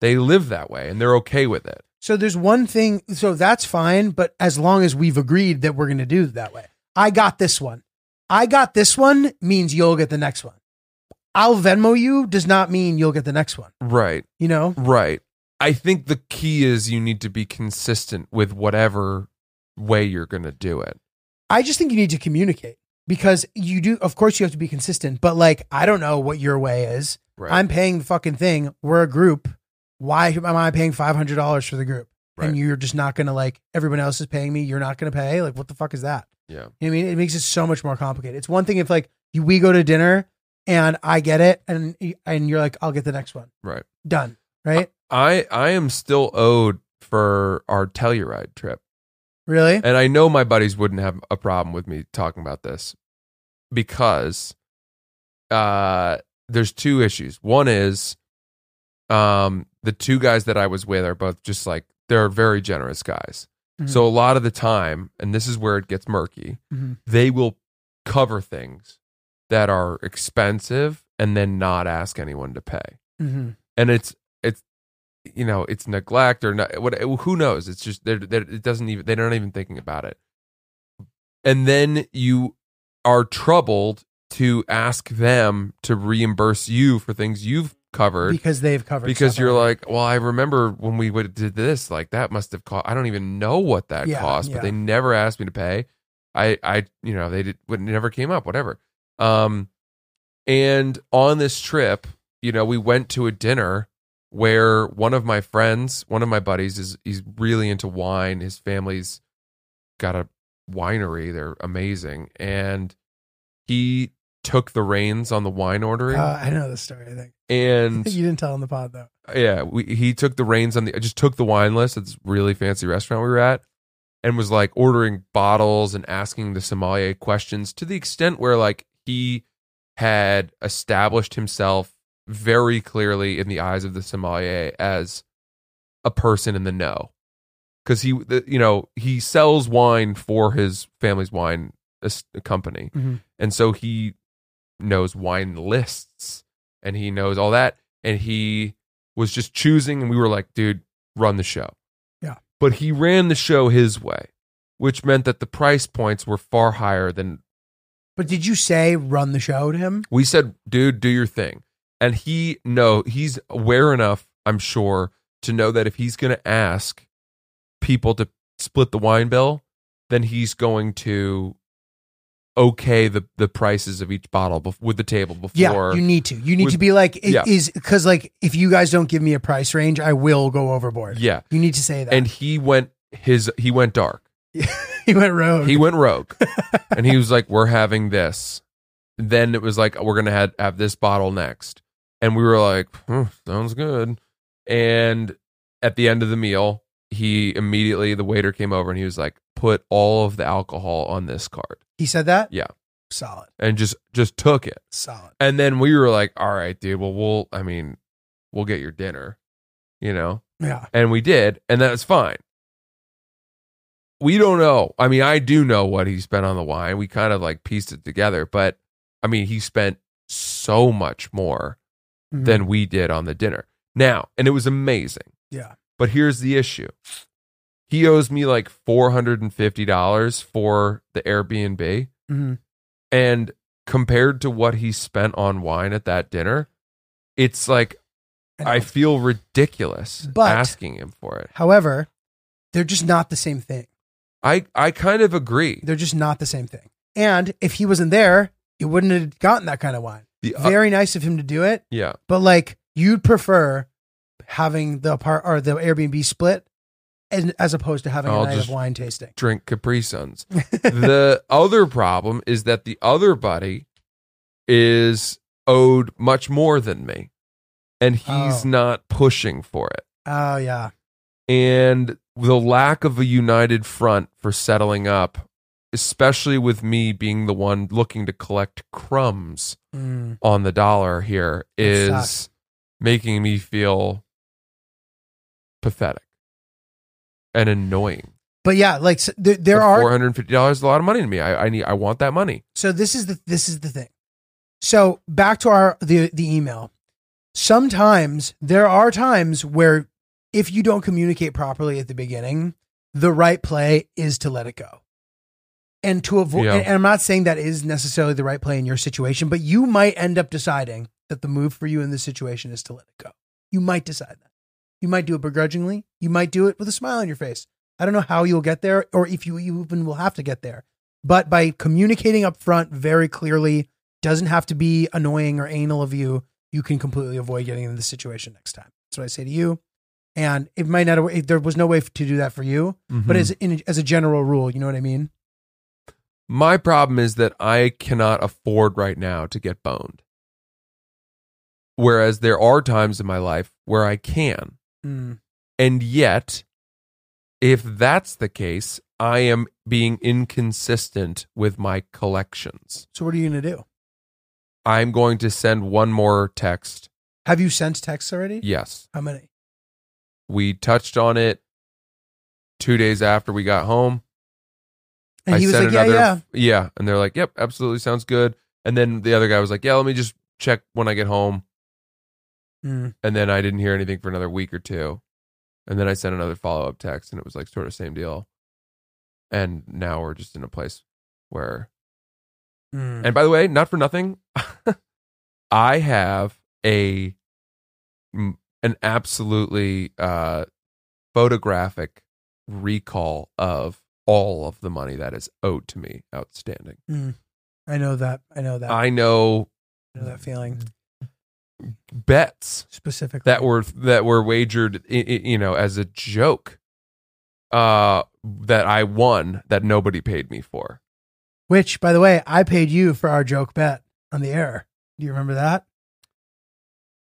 they live that way, and they're okay with it. So there's one thing. So that's fine, but as long as we've agreed that we're going to do it that way, I got this one. I got this one means you'll get the next one. I'll Venmo you does not mean you'll get the next one. Right, You know, right. I think the key is you need to be consistent with whatever way you're going to do it. I just think you need to communicate because you do. Of course, you have to be consistent, but like, I don't know what your way is. Right. I'm paying the fucking thing. We're a group. Why am I paying five hundred dollars for the group? Right. And you're just not gonna like everyone else is paying me. You're not gonna pay. Like, what the fuck is that? You yeah. know what I mean, it makes it so much more complicated. It's one thing if like you, we go to dinner and I get it, and and you're like, I'll get the next one. Right. Done. Right. I I am still owed for our Telluride trip. really. And I know my buddies wouldn't have a problem with me talking about this because uh, there's two issues. One is um, the two guys that I was with are both just like, they're very generous guys. Mhm. So a lot of the time, and this is where it gets murky, Mhm. they will cover things that are expensive and then not ask anyone to pay. hmm And it's, it's, you know, it's neglect or not. What? Who knows? It's just they're, they're, it doesn't even. They're not even thinking about it and then you are troubled to ask them to reimburse you for things you've covered Because they've covered. because stuff you're already. like, well, I remember when we would- did this, like that must have cost. I don't even know what that Yeah, cost, yeah. but they never asked me to pay. I, I, you know, they did, it never came up, whatever. Um, and on this trip, you know, we went to a dinner where one of my friends, one of my buddies, is he's really into wine. His family's got a winery; they're amazing, and he took the reins on the wine ordering. Uh, I know the story. I think and you didn't tell on the pod though. yeah, we, he took the reins on the. I just took the wine list at this really fancy restaurant we were at, and was like ordering bottles and asking the sommelier questions to the extent where like he had established himself very clearly in the eyes of the sommelier as a person in the know, because he, the, you know, he sells wine for his family's wine es- company, Mhm. and so he knows wine lists and he knows all that, and he was just choosing and we were like dude run the show Yeah. but he ran the show his way which meant that the price points were far higher than But did you say run the show to him? we said dude do your thing and he no he's aware enough i'm sure to know that if he's going to ask people to split the wine bill then he's going to okay the the prices of each bottle bef- with the table before Yeah, you need to. You need with- to be like it yeah. is because like if you guys don't give me a price range, I will go overboard. yeah You need to say that. and he went his he went dark he went rogue. He went rogue, and he was like, "We're having this." Then it was like, "We're gonna have, have this bottle next," and we were like, "Hmm, "Sounds good." And at the end of the meal, he immediately the waiter came over and he was like, "Put all of the alcohol on this card," he said that. Yeah. Solid. and just just took it. Solid. And then we were like, "All right, dude. Well, we'll. I mean, we'll get your dinner, you know." Yeah. and we did, and that's fine. We don't know. I mean, I do know what he spent on the wine. We kind of like pieced it together, but I mean, he spent so much more Mhm. than we did on the dinner. Now, and it was amazing. Yeah. But here's the issue. He owes me like $450 for the Airbnb. Mhm. And compared to what he spent on wine at that dinner, it's like I know. I feel ridiculous But- asking him for it. However, they're just not the same thing. I I kind of agree. They're just not the same thing. And if he wasn't there, you wouldn't have gotten that kind of wine. The uh, Very nice of him to do it, yeah, but like you'd prefer having the part or the Airbnb split, and as opposed to having I'll a night just- of wine tasting. drink Capri Suns. the other problem is that the other buddy is owed much more than me, and he's Oh. not pushing for it. Oh yeah, And the lack of a united front for settling up, especially with me being the one looking to collect crumbs Mm. on the dollar here, It is sucks. making me feel pathetic and annoying. but yeah, like so there, there four are. hundred and fifty dollars is a lot of money to me. I, I need I want that money. So this is the this is the thing. So back to our the the email. Sometimes there are times where if you don't communicate properly at the beginning, the right play is to let it go. And to avoid Yeah. and, and I'm not saying that is necessarily the right play in your situation, but you might end up deciding that the move for you in this situation is to let it go. You might decide that. You might do it begrudgingly. You might do it with a smile on your face. I don't know how you'll get there or if you even will have to get there. but by communicating up front very clearly, doesn't have to be annoying or anal of you. You can completely avoid getting into the situation next time. That's what I say to you. And it might not. If there was no way to do that for you, Mm-hmm. but as in, as a general rule, you know what I mean. My problem is that I cannot afford right now to get boned. Whereas there are times in my life where I can. Hmm. Mm. And yet, if that's the case, I am being inconsistent with my collections. So what are you gonna do? I'm going to send one more text. Have you sent texts already? Yes. How many? We touched on it two days after we got home. And I he was sent like, yeah, another, yeah. yeah." And they're like, "Yep, absolutely, sounds good." And then the other guy was like, "Yeah, let me just check when I get home." Mm. And then I didn't hear anything for another week or two. And then I sent another follow up text, and it was like sort of same deal. And now we're just in a place where. Mm. And by the way, not for nothing, I have a m- an absolutely uh, photographic recall of all of the money that is owed to me outstanding. mm. I know that. I know that. I I know know that feeling bets specifically. that were that were wagered, i- i- you know, as a joke, uh, that I won that nobody paid me for. Which, by the way, I paid you for our joke bet on the air. Do you remember that?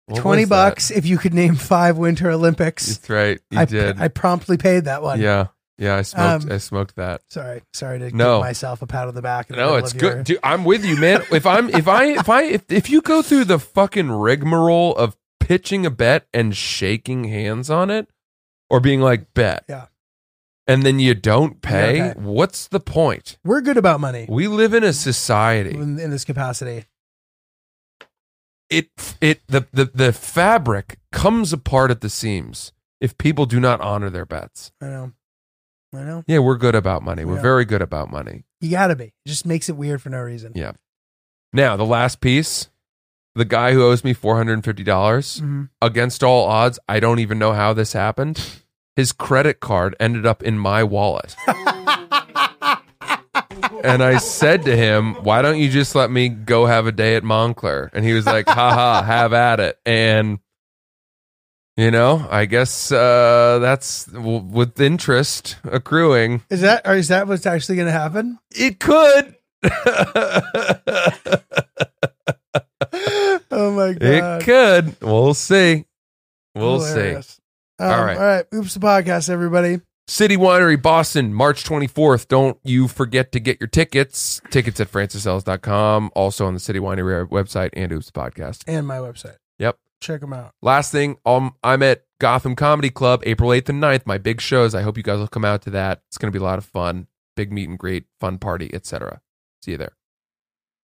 What was Twenty that? bucks if you could name five Winter Olympics. That's right. You I, did. I promptly paid that one. yeah, yeah. I smoked. Um, I smoked that. Sorry, sorry to No. give myself a pat on the back. in the No, middle it's of good. your- Dude, I'm with you, man. If I'm if I if I if, if you go through the fucking rigmarole of pitching a bet and shaking hands on it or being like bet. Yeah. And then you don't pay. Okay. What's the point? We're good about money We live in a society. in, in this capacity. It it the, the the fabric comes apart at the seams if people do not honor their bets. I know. I know. Yeah, we're good about money. We're Yeah. very good about money. You gotta be. It just makes it weird for no reason. Yeah. Now, the last piece, the guy who owes me $450, dollars Mhm. against all odds, I don't even know how this happened. His credit card ended up in my wallet. and I said to him, Why don't you just let me go have a day at Montclair? And he was like, "Ha ha, have at it. And, you know, I guess uh, that's w- with interest accruing. Is that or is that what's actually going to happen? It could. Oh my god! It could. We'll see. We'll see. Hilarious. Um, All right. all right. Oops, the podcast, everybody. City Winery Boston, March 24th. Don't you forget to get your tickets. Tickets at francisells.com, also on the City Winery website and Oops Podcast. And my website. Yep. Check them out. Last thing, um, I'm at Gotham Comedy Club April 8th and 9th. My big shows. I hope you guys will come out to that. It's going to be a lot of fun. Big meet and greet, fun party, etc. See you there.